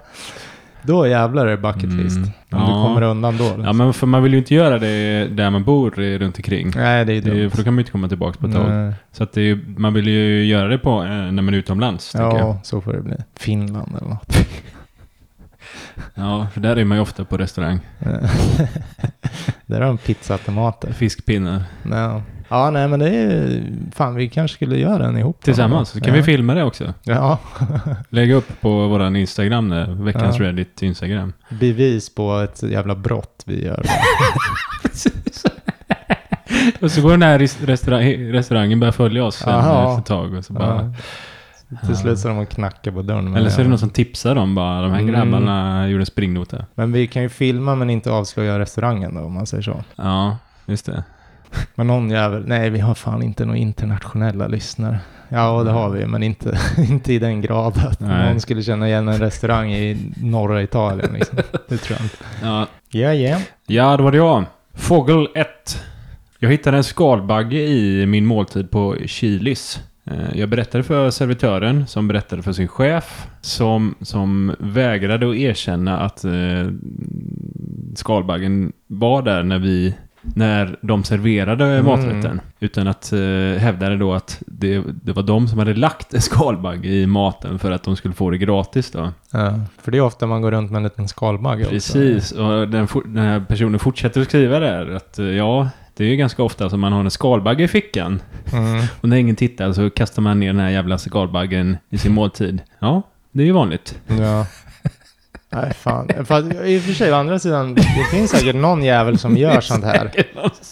Då jävlar är det bucket list.
Mm.
Om du
Ja.
kommer undan då. liksom.
Ja, men för man vill ju inte göra det där man bor eh, runt omkring.
Nej, det är ju
Det är, ju-
dumt.
för då kan man ju inte komma tillbaka på ett tag.
Nej.
Så att det är, ju- man vill ju göra det på, eh, när man är utomlands. tänker jag.
Ja, så får det bli. Finland eller något.
Ja, för där är man ju ofta på restaurang.
Där har de pizzaautomater.
Fiskpinnar.
Ja. ja, nej men det är Fan, vi kanske skulle göra den ihop. då.
Tillsammans. Så kan
ja.
vi filma det också.
Ja,
Lägga upp på våran Instagram där. Veckans Reddit Instagram.
bevis på ett jävla brott vi gör.
Och så går den här res- restaurang, restaurangen börjar följa oss sen
Aha.
efter ett tag. Och så bara,
Ja. Till slut så de knackar på dörren. men
Eller så är det
ja.
någon som tipsar dem bara. De här
Mm.
grabbarna gjorde en springnota.
Men vi kan ju filma men inte avslöja restaurangen då, om man säger så.
Ja, just det.
Men någon jävel, nej vi har fan inte några internationella lyssnare. Ja, det har vi, men inte, inte i den grad att
Nej.
någon skulle känna igen en restaurang i norra Italien. Liksom. Det tror jag inte.
Ja,
Ja, ja.
ja det var det jag. Fågel 1. Jag hittade en skalbagge i min måltid på Chilis. Eh, Jag berättade för servitören, som berättade för sin chef, som, som vägrade att erkänna att eh, skalbaggen var där när vi när de serverade
Mm.
maträtten. Utan att eh, hävdade då att det, det var de som hade lagt en skalbagge i maten för att de skulle få det gratis då.
Ja, för det är ofta man går runt med en liten skalbagge också.
Precis, och den, for- den här personen fortsätter att skriva där att eh, ja, det är ju ganska ofta som man har en skalbagge i fickan.
Mm.
Och när ingen tittar så kastar man ner den här jävla skalbaggen i sin måltid. Ja, det är ju vanligt.
Ja. Nej, fan. Fast, I och för sig, å andra sidan, det finns säkert någon jävel som gör sånt här.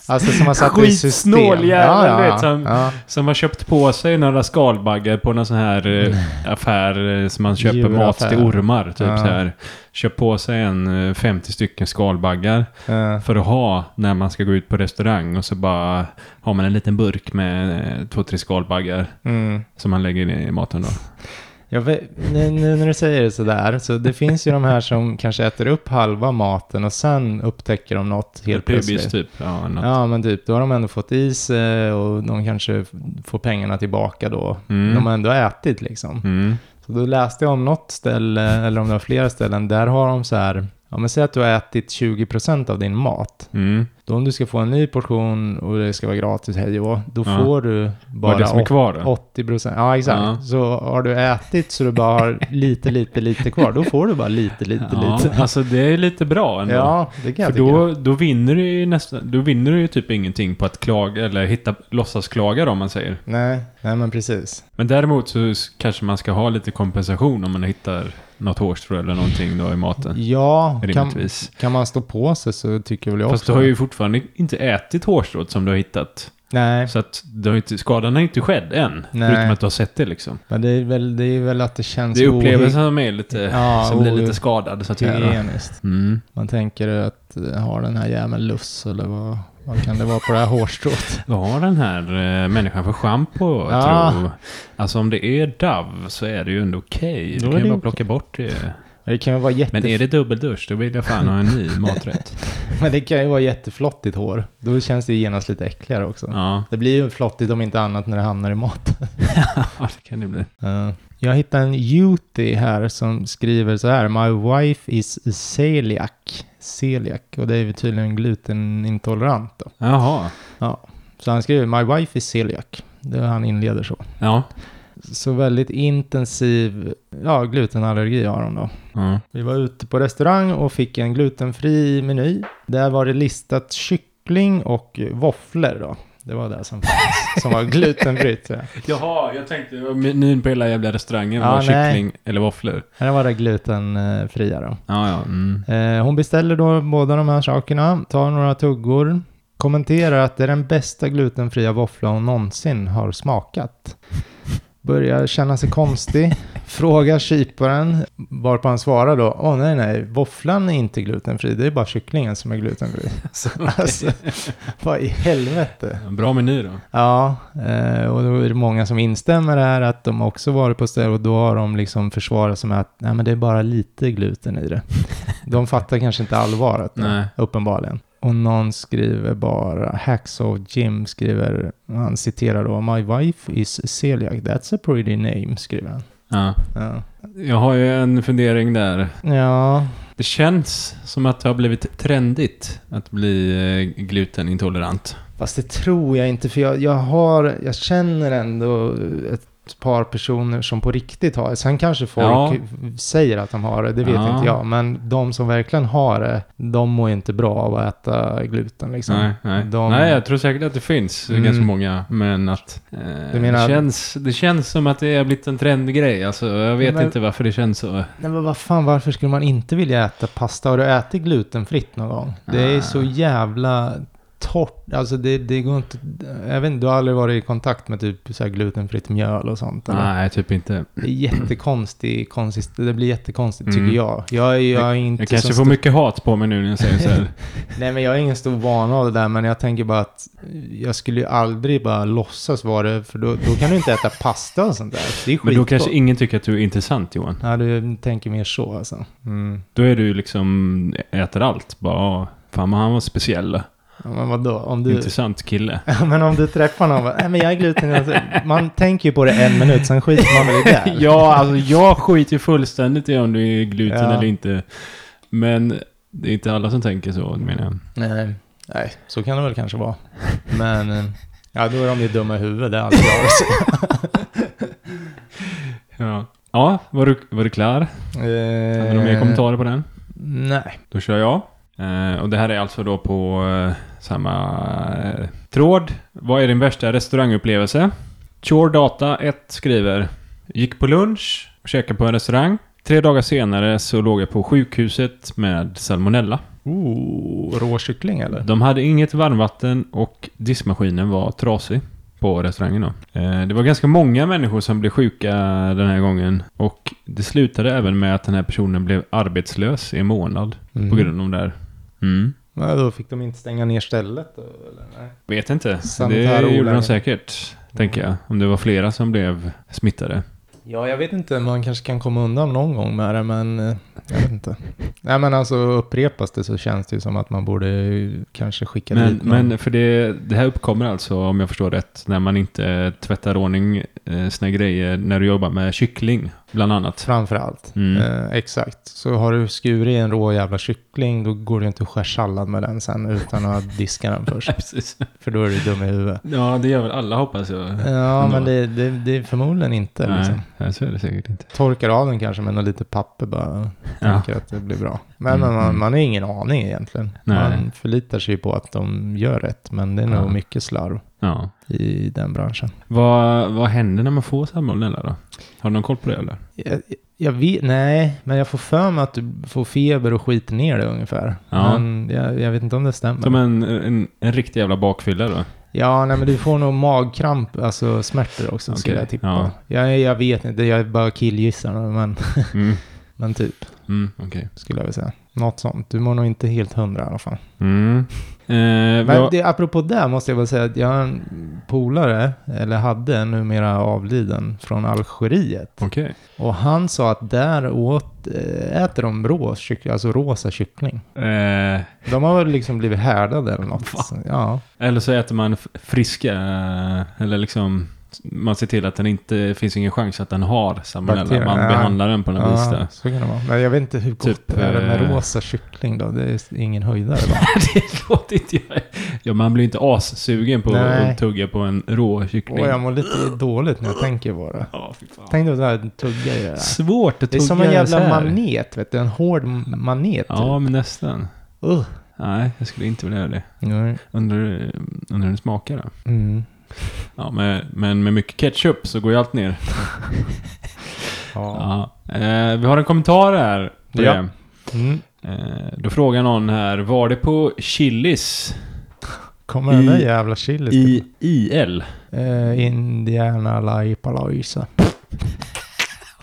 Alltså som har satt det i system.
Skitsnål jävel,
ja,
du
ja,
vet, som-
ja.
Som har köpt på sig några skalbaggar på någon sån här eh, affär eh, som man köper mat
Djuraffär.
till ormar. Typ
Ja.
så här. Köp på sig en eh, 50 stycken skalbaggar.
Ja.
för att ha när man ska gå ut på restaurang och så bara har man en liten burk med eh, två, tre skalbaggar
Mm.
som man lägger ner i maten då.
Jag vet, nu, nu när du säger det sådär, så det finns ju de här som kanske äter upp halva maten och sen upptäcker de något helt plötsligt.
typ. Ja, något.
Ja, men typ, då har de ändå fått i sig och de kanske f- får pengarna tillbaka då.
Mm.
De har ändå ätit liksom.
Mm.
Så då läste jag om något ställe, eller om det var flera ställen, där har de så här, ja men säg att du har ätit 20% av din mat.
Mm.
Då om du ska få en ny portion och det ska vara gratis, hej och hå, då
Ja.
får du
Vad är det
bara
som är kvar då?
80 procent, ja exakt.
Ja.
Så har du ätit så du bara har lite, lite, lite kvar, då får du bara lite, lite,
ja,
lite.
Alltså det är lite bra ändå.
Ja, det kan
För
jag tycka.
då, då vinner du ju nästan, då vinner du ju typ ingenting på att klaga eller hitta, låtsas klaga då, om man säger.
Nej, nej men precis.
Men däremot så s- kanske man ska ha lite kompensation om man hittar något hårstrå eller någonting då i maten.
Ja, kan,
Rimligtvis.
kan man stå på sig så tycker väl jag
Fast du
också.
har ju fortfarande inte ätit hårstrået som du har hittat.
Nej,
Så att det har inte, skadan har inte skedd än.
Nej.
Förutom att du har sett det liksom.
men det är väl, det är väl att det känns
Det är upplevelsen som är lite,
Ja,
som blir
ohy-
lite skadad så att säga.
ohygieniskt.
Mm.
Man tänker att eh, har den här jäveln luss eller vad, vad kan det vara på det här hårstrået?
Vad har den här eh, människan för schampo,
Ja.
tror Alltså om det är Dove så är det ju ändå okej.
Då
Du
är
kan ju
det
bara
okej.
plocka bort det.
Det kan ju vara jätte...
Men är det dubbeldusch, då vill jag fan ha en ny maträtt.
men det kan ju vara jätteflottigt hår. Då känns det ju genast lite äckligare också.
Ja,
Det blir ju flottigt om inte annat när det hamnar i mat.
Ja, det kan det bli.
Eh, jag hittade en Juti här som skriver så här. My wife is celiac. Celiac. Och det är ju tydligen glutenintolerant då.
Jaha.
Ja. Så han skriver My wife is celiac. Det är han inleder så.
Ja.
Så väldigt intensiv ja, glutenallergi har de då.
ja.
Vi var ute på restaurang och fick en glutenfri meny. Där var det listat kyckling och våfflor då. Det var det som fanns, som var glutenfritt. Ja.
Jaha, jag tänkte menyn på hela jävla restaurangen
Ja,
var
nej.
kyckling eller våfflor.
Här var det glutenfria då.
Ja, ja. Mm.
Eh, Hon beställer då båda de här sakerna, tar några tuggor, kommenterar att det är den bästa glutenfria våffla hon någonsin har smakat. Börjar känna sig konstig. frågar kyparen. Varpå han svarar då. Åh nej nej, våfflan är inte glutenfri. Det är bara kycklingen som är glutenfri. Så, alltså, vad i helvete.
Bra meny då.
Ja, eh, och då är det många som instämmer här att de också varit på ställe och då har de liksom försvarat sig med att nej men det är bara lite gluten i det. De fattar kanske inte allvaret, då,
Nej.
uppenbarligen. Och någon skriver bara, Hacksaw Jim skriver, han citerar då, My wife is celiac, that's a pretty name, skriver han.
Ja.
Ja,
Jag har ju en fundering där.
ja
Det känns som att det har blivit trendigt att bli eh, glutenintolerant.
Fast det tror jag inte, för jag, jag, har, jag känner ändå ett par personer som på riktigt har det. Sen kanske folk
Ja.
säger att de har det, det vet
Ja.
inte jag. Men de som verkligen har det, de mår ju inte bra av att äta gluten liksom.
Nej, nej.
De-
nej, jag tror säkert att det finns
Mm.
ganska många. Men att eh,
menar-
det, känns, det känns som att det har blivit en trendgrej. Alltså, jag vet
Men-
inte varför det känns så.
Nej men vad fan, varför skulle man inte vilja äta pasta? Har du ätit glutenfritt någon gång? Det är
Ah.
så jävla torrt, alltså det, det går inte, jag vet inte, du har aldrig varit i kontakt med typ så här glutenfritt mjöl och sånt? eller?
Nej, typ inte.
Det är jättekonstig konsist, det blir jättekonstigt tycker
Mm.
jag. Jag är, jag är inte
Jag kanske
så
får
stor-
mycket hat på mig nu när jag säger så här.
Nej men jag är ingen stor vana av det där men jag tänker bara att jag skulle ju aldrig bara låtsas vara det för då, då kan du inte äta pasta och sånt där. Det är
men då
skitgott.
kanske ingen tycker att du är intressant Johan.
Ja du tänker mer så alltså. Mm.
Då är du liksom, äter allt. Bara, "Ah, fan men han var speciell.
Ja, men vadå? Om du,
Intressant kille.
Ja, men om du träffar någon bara, nej men jag är gluten. alltså." Man tänker ju på det en minut sen skiter man väl i det.
ja, alltså jag skiter ju fullständigt i om du är gluten
Ja.
eller inte. Men det är inte alla som tänker så, menar jag.
Nej, nej, så kan det väl kanske vara. Men eh, ja då är de ju dumma i huvudet, det är alltid jag också.
Ja, ja var, du, var du klar? Hade du
Eh.
mer kommentarer på den?
Nej.
Då kör jag. Eh, och det här är alltså då på eh, samma eh, tråd. Vad är din värsta restaurangupplevelse? Chore Data 1 skriver. Gick på lunch, käkade på en restaurang. Tre dagar senare så låg jag på sjukhuset med salmonella.
Oh, rå kyckling eller?
De hade inget varmvatten och diskmaskinen var trasig på restaurangen då. Eh, Det var ganska många människor som blev sjuka den här gången och det slutade även med att den här personen blev arbetslös i en månad
Mm.
på grund av det här. Mm.
Ja, då fick de inte stänga ner stället då, eller? Nej.
Vet inte.
Sanitär
det gjorde de
olägenhet.
säkert, tänker jag. Om det var flera som blev smittade.
Ja, jag vet inte. Man kanske kan komma undan någon gång med det, men eh, jag vet inte. Nej, men alltså upprepas det så känns det ju som att man borde eh, kanske skicka
Men,
dit någon.
men för det, det här uppkommer alltså, om jag förstår rätt, när man inte tvättar ordning eh, sina grejer när du jobbar med kyckling, bland annat.
Framför allt.
Mm.
Eh, exakt. Så har du skurit en rå jävla kyckling, då går det ju inte att skära sallad med den sen utan att diska den först.
Precis.
För då är du dum i huvudet.
Ja, det gör väl alla hoppas jag.
Ja,
Ändå.
men det, det, Eh, det är förmodligen inte. Liksom.
Mm. Nej, så är det säkert inte.
Torkar av den kanske med något lite papper bara.
Ja.
Tänker att det blir bra. Men
Mm,
men man,
mm.
man har ingen aning egentligen.
Nej.
Man förlitar sig ju på att de gör rätt. Men det är nog
Ja.
mycket slarv
Ja.
i den branschen.
Vad, vad händer när man får salmonella då? Har du någon koll på det eller?
Jag, jag vet, nej, men jag får för mig att du får feber och skiter ner det ungefär.
Ja.
Men jag, jag vet inte om det stämmer.
Som en, en, en riktig jävla bakfylla då?
Ja, nej, men du får nog magkramp, alltså smärtor också skulle
Okej,
jag tippa.
ja.
Jag, jag vet inte, jag är bara killgissar. Men,
Mm,
men typ,
mm okej.
skulle jag vilja säga. Något sånt. Du mår nog inte helt hundra i alla fall.
Mm. Eh,
Men
vad-
det, apropå det måste jag väl säga att jag har en polare, eller hade, numera avliden från Algeriet.
Okej.
Och han sa att där åt, eh, äter de rå kyckling, alltså rosa kyckling.
Eh,
De har väl liksom blivit härdade eller något.
Va?
Så, Ja.
eller så äter man f- friska, eh, eller liksom man ser till att den inte, finns ingen chans att den har salmonella.
Bakterier,
Man
ja.
behandlar den på något vis
ja,
där.
så kan det vara. Men jag vet inte hur gott
Typ,
det är det med
eh,
rosa kyckling då. Det är ingen höjdare va?
det låter inte jag. Ja, man blir inte assugen på
Nej.
att tugga på en rå kyckling.
Och jag mår lite dåligt när jag tänker på det.
Ja, fy fan.
Tänk dig att där tugga i det där.
Svårt att
Det är som en jävla manet, vet du. En hård manet. typ.
Ja, men nästan.
Ugh.
Nej, jag skulle inte vilja göra det.
Nej.
Undrar undrar hur den smakar då.
Mm.
Ja, men, men med mycket ketchup så går ju allt ner.
Ja.
Ja. Eh, vi har en kommentar här. På
Ja.
det.
Mm.
Eh, då frågar någon här, var det på Chili's
Kommer den där
I-
jävla chilis
I IL.
Eh, Indiana Laipaloisa.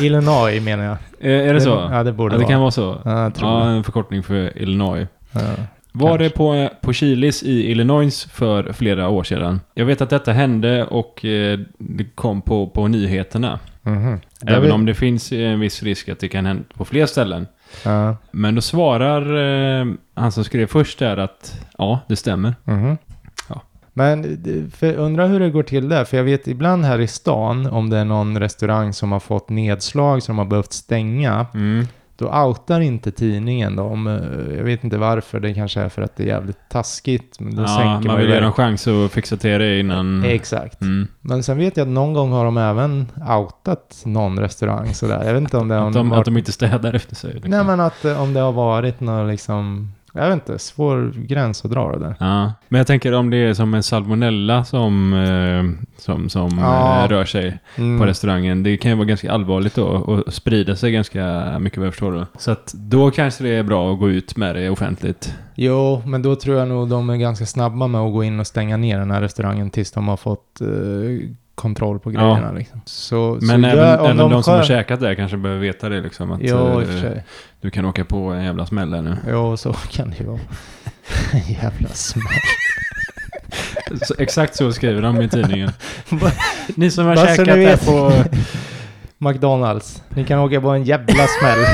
Illinois menar jag.
Eh, är det så?
Ja, det borde
Ja, det
vara.
kan vara så.
Ja, jag tror
Ja, en förkortning för Illinois.
det. Ja.
Var
Kanske.
det på, på Chilis i Illinois för flera år sedan. Jag vet att detta hände och eh, det kom på, på nyheterna.
Mhm. Det
Även
vet-
om det finns eh, en viss risk att det kan hända på fler ställen.
Ja.
Men då svarar eh, han som skrev först där att ja, det stämmer.
Mhm.
Ja.
Men det- för undra hur det går till där, för jag vet ibland här i stan om det är någon restaurang som har fått nedslag som har behövt stänga,
Mm.
då outar inte tidningen dem. Eh, Jag vet inte varför, det kanske är för att det är jävligt taskigt. Men då
Ja,
sänker
man
man ju
vill ge dem
verkligen-
chans att fixa till det innan...
Exakt.
Mm.
Men sen vet jag att någon gång har de även outat någon restaurang sådär. Jag vet inte om det har
Att de, att
varit...
de inte städar efter sig. liksom.
Nej men att eh, om det har varit någon liksom... Jag vet inte, svår gräns att dra det där.
Ja. Men jag tänker om det är som en salmonella som, eh, som, som
Ja.
eh, rör sig på
Mm.
restaurangen. Det kan ju vara ganska allvarligt då och sprida sig ganska mycket vad jag förstår. Då. Så att då kanske det är bra att gå ut med det offentligt.
Jo, men då tror jag nog de är ganska snabba med att gå in och stänga ner den här restaurangen tills de har fått eh, kontroll på
Ja.
grejerna. Liksom. Så,
Men
så
även,
gör-
även de, som har
skö-
käkat där kanske behöver veta det liksom. Att
Jo, i och
eh,
för sig.
du kan åka på en jävla smäll där nu.
Jo, så kan det ju vara. Jävla smäll.
Så, exakt så skriver de i tidningen.
Bara-
Ni som har
bara så
käkat
ni
där
vet.
på...
McDonalds, ni kan åka på en jävla smäll.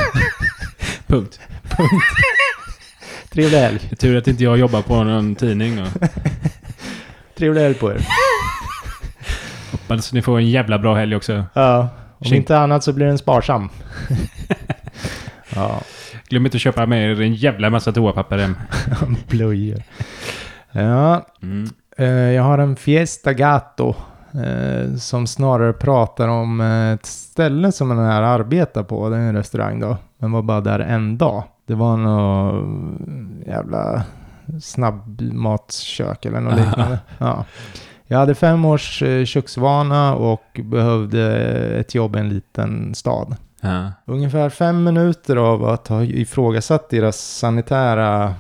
Punkt.
Trevlig helg.
Tur att inte jag jobbar på någon tidning då.
Trevlig helg på er.
Hoppas ni får en jävla bra helg också.
Ja, om
Tjing.
inte annat så blir den sparsam. ja,
Glöm inte att köpa med er en jävla massa toapapper hem.
blöjor. Ja,
Mm.
eh, jag har en Fiesta Gato eh, som snarare pratar om eh, ett ställe som den här arbetar på. Det är en restaurang då, men var bara där en dag. Det var någon jävla snabbmatskök eller något liknande. Ja. Jag hade fem års eh, köksvana och behövde ett jobb i en liten stad.
Ja.
Ungefär fem minuter av att ha ifrågasatt deras sanitära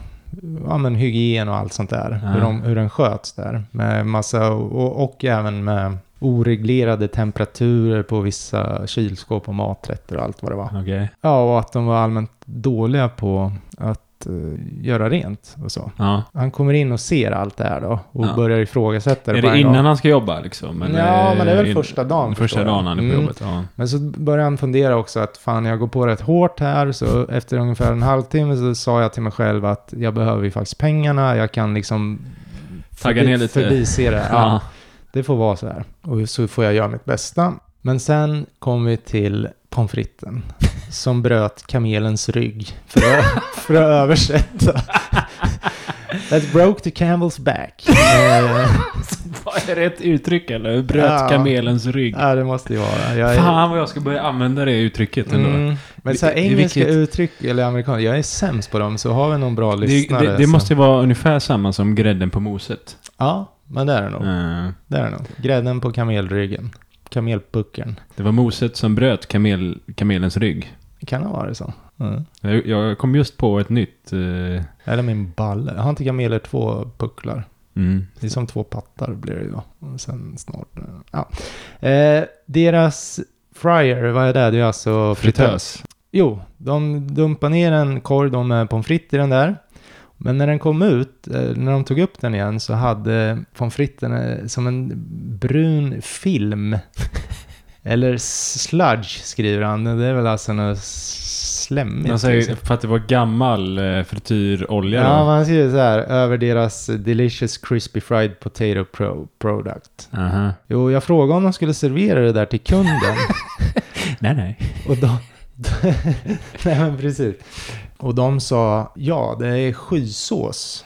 ja, men hygien och allt sånt där.
Ja.
Hur, de, hur den sköts där. Med massa, och, och även med oreglerade temperaturer på vissa kylskåp och maträtter och allt vad det var.
Okej.
Ja, och att de var allmänt dåliga på att eh, göra rent och så.
Ja.
Han kommer in och ser allt det här då och
Ja.
börjar ifrågasätta det
Är
på en
det
gång.
innan han ska jobba liksom?
Ja, men det är väl
in-
första dagen,
Första
förstår jag.
dagen han är på
Mm.
jobbet, ja.
Men så började han fundera också att fan jag går på rätt hårt här. Så efter ungefär en halvtimme så sa jag till mig själv att jag behöver ju faktiskt pengarna. Jag kan liksom
Tagga ner lite.
förbise det. Ja,
Ja.
det får vara så här. Och så får jag göra mitt bästa. Men sen kom vi till pommes fritesen. Som bröt kamelens rygg. För att, för att översätta. That broke the camel's back. Eh,
Vad är det ett uttryck eller? Bröt
Ja.
kamelens rygg.
Ja, det måste ju vara. Jag är-
Fan vad jag ska börja använda det uttrycket ändå.
Mm. Men så här,
I- i
engelska
vilket-
uttryck eller amerikanska, jag är sämst på dem, så har vi någon bra
Det,
lyssnare.
det, det
så-
måste ju vara ungefär samma som grädden på moset.
Ja, men det är det nog.
Eh,
Det är det nog. Grädden på kamelryggen. Kamelpucken.
Det var moset som bröt kamel, kamelens rygg.
Kan det vara det så? Mm.
Jag, jag kom just på ett nytt... eh,
Eller min balle. Har inte kameler två pucklar?
mm.
Det är som två pattar blir det ju då. Och sen snart... Ja. Eh, deras fryer, vad är det? Det är alltså
Fritös.
Jo, de dumpade ner en korg då med pommes frites i den där. Men när den kom ut, eh, när de tog upp den igen, så hade pommes fritesen eh, som en brun film. Eller sludge skriver han. Det är väl alltså något slemmigt.
Man säger
liksom.
för att det var gammal eh, frityrolja
Ja,
då.
man skriver så här. Över deras delicious crispy fried potato pro product.
Aha.
Jo, jag frågade om de skulle servera det där till kunden.
Nej, nej.
Och de... Nej men precis. Och de sa, ja det är skysås.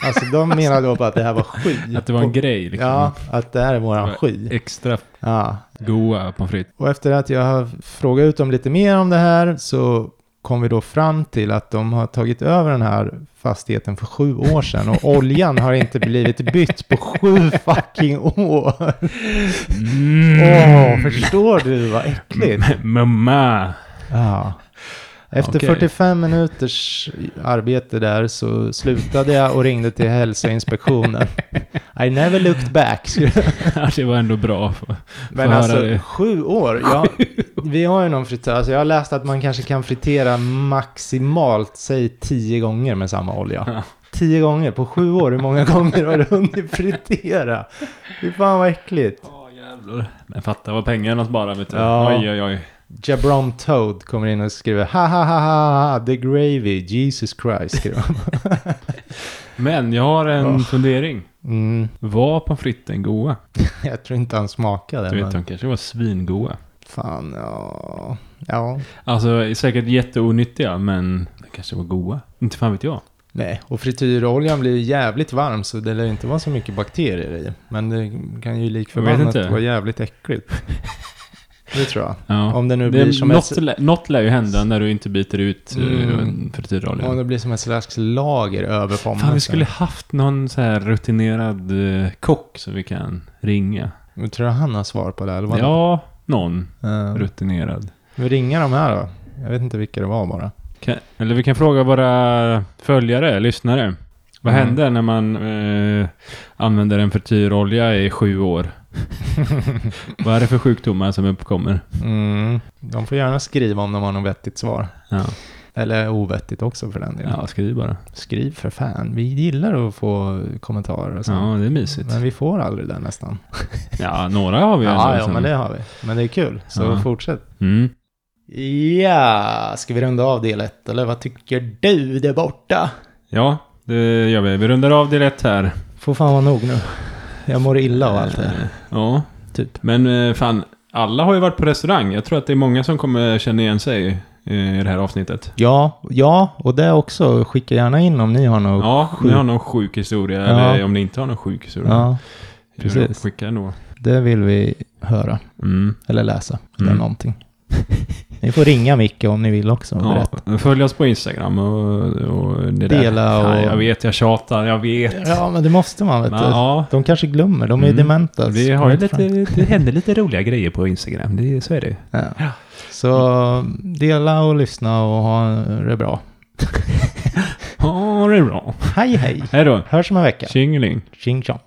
Alltså de menar då på att det här var sky.
Att det var en grej liksom.
Ja, att det här är våran
Det
sky.
Extra
Ja.
goa pommes frites.
Och efter att jag har frågat ut dem lite mer om det här så kom vi då fram till att de har tagit över den här fastigheten för sju år sedan och oljan har inte blivit bytt på sju fucking år. Mm.
Mm.
Åh, förstår du vad äckligt?
Mamma!
Ja. Efter
Okej.
45 minuters arbete där så slutade jag och ringde till hälsoinspektionen. I never looked back. skulle jag-
Ja, det var ändå bra. för-
Men
höra
alltså
det.
sju år. Ja, vi har ju någon fritör. Alltså, jag har läst att man kanske kan fritera maximalt, säg tio gånger med samma olja.
Ja.
Tio gånger på sju år. Hur många gånger har du hunnit fritera? Fy fan vad äckligt.
Ja, jävlar. Men fatta vad pengarna sparar, vet du.
Ja.
Oj, oj, oj.
Jabron Toad kommer in och skriver ha ha ha ha ha, the gravy, Jesus Christ. skriver han.
Men jag har en
Ja.
fundering.
Mm,
Var pommes fritesen goda?
jag tror inte han smakade.
Du vet,
men
de kanske var svingoda.
fan, ja. ja.
Alltså, säkert jätteonyttiga, men de kanske var goda. Inte fan vet jag.
Nej, och frityroljan blir ju jävligt varm så det lär inte vara så mycket bakterier i. Men det kan ju lik
Jag vet
förbannat
inte.
vara jävligt äckligt. Det tror jag.
Ja.
Om det nu
Det
blir som
något,
ett...
lä- något lär ju hända när du inte byter ut
Mm.
mm.
Om
frityroljan.
det blir som ett slags lager över
Fan, vi
pommesen.
skulle haft någon så här rutinerad eh, kock som vi kan ringa.
Men Tror du han har svar på det? Eller vad?
Ja, någon
Uh,
rutinerad.
vi ringer de här då. Jag vet inte vilka det var bara.
Kan, eller vi kan fråga våra följare, lyssnare. Vad
Mm.
händer när man eh, använder en frityrolja i sju år? Vad är det för sjukdomar som uppkommer?
Mm. De får gärna skriva om de har något vettigt svar.
Ja,
Eller ovettigt också för den delen.
ja skriv bara.
Skriv för fan. Vi gillar att få kommentarer och så.
Ja, det är mysigt.
Men vi får aldrig det nästan.
Ja, några har vi ju ändå
Ja, ja,
liksom.
men det har vi. Men det är kul, så
Ja.
fortsätt.
Mm.
Ja, ska vi runda av del ett, eller vad tycker du där borta?
Ja, det gör vi. Vi rundar av det rätt här.
Får fan vara nog nu. Jag mår illa av allt det här.
Eh, Ja,
Typ.
men eh, fan. Alla har ju varit på restaurang. Jag tror att det är många som kommer känna igen sig eh, i det här avsnittet.
Ja, ja, och det också. Skicka gärna in om ni har något.
Ja, om
sjuk.
ni har någon sjuk historia
Ja.
eller om ni inte har någon sjuk historia.
Ja,
Det är
precis.
bara att Skicka ändå.
det vill vi höra.
Mm.
Eller läsa.
Mm.
Eller någonting. ni får ringa Micke om ni vill också. och
Ja,
berätta.
följ oss på Instagram och, och det där.
Dela och-
Fan, jag vet, jag tjatar, jag vet.
ja, men det måste man vet
Men,
du.
ja,
De kanske glömmer, de är
Mm.
dementa.
vi
så
har ju
kommer inte
lite,
fram.
det händer lite roliga grejer på Instagram, det, så är det.
Ja. Så dela och lyssna och ha det bra.
Ha det bra.
Hej hej!
Hej då.
Hörs om en vecka.
Tjingeling.
Tjing tjong.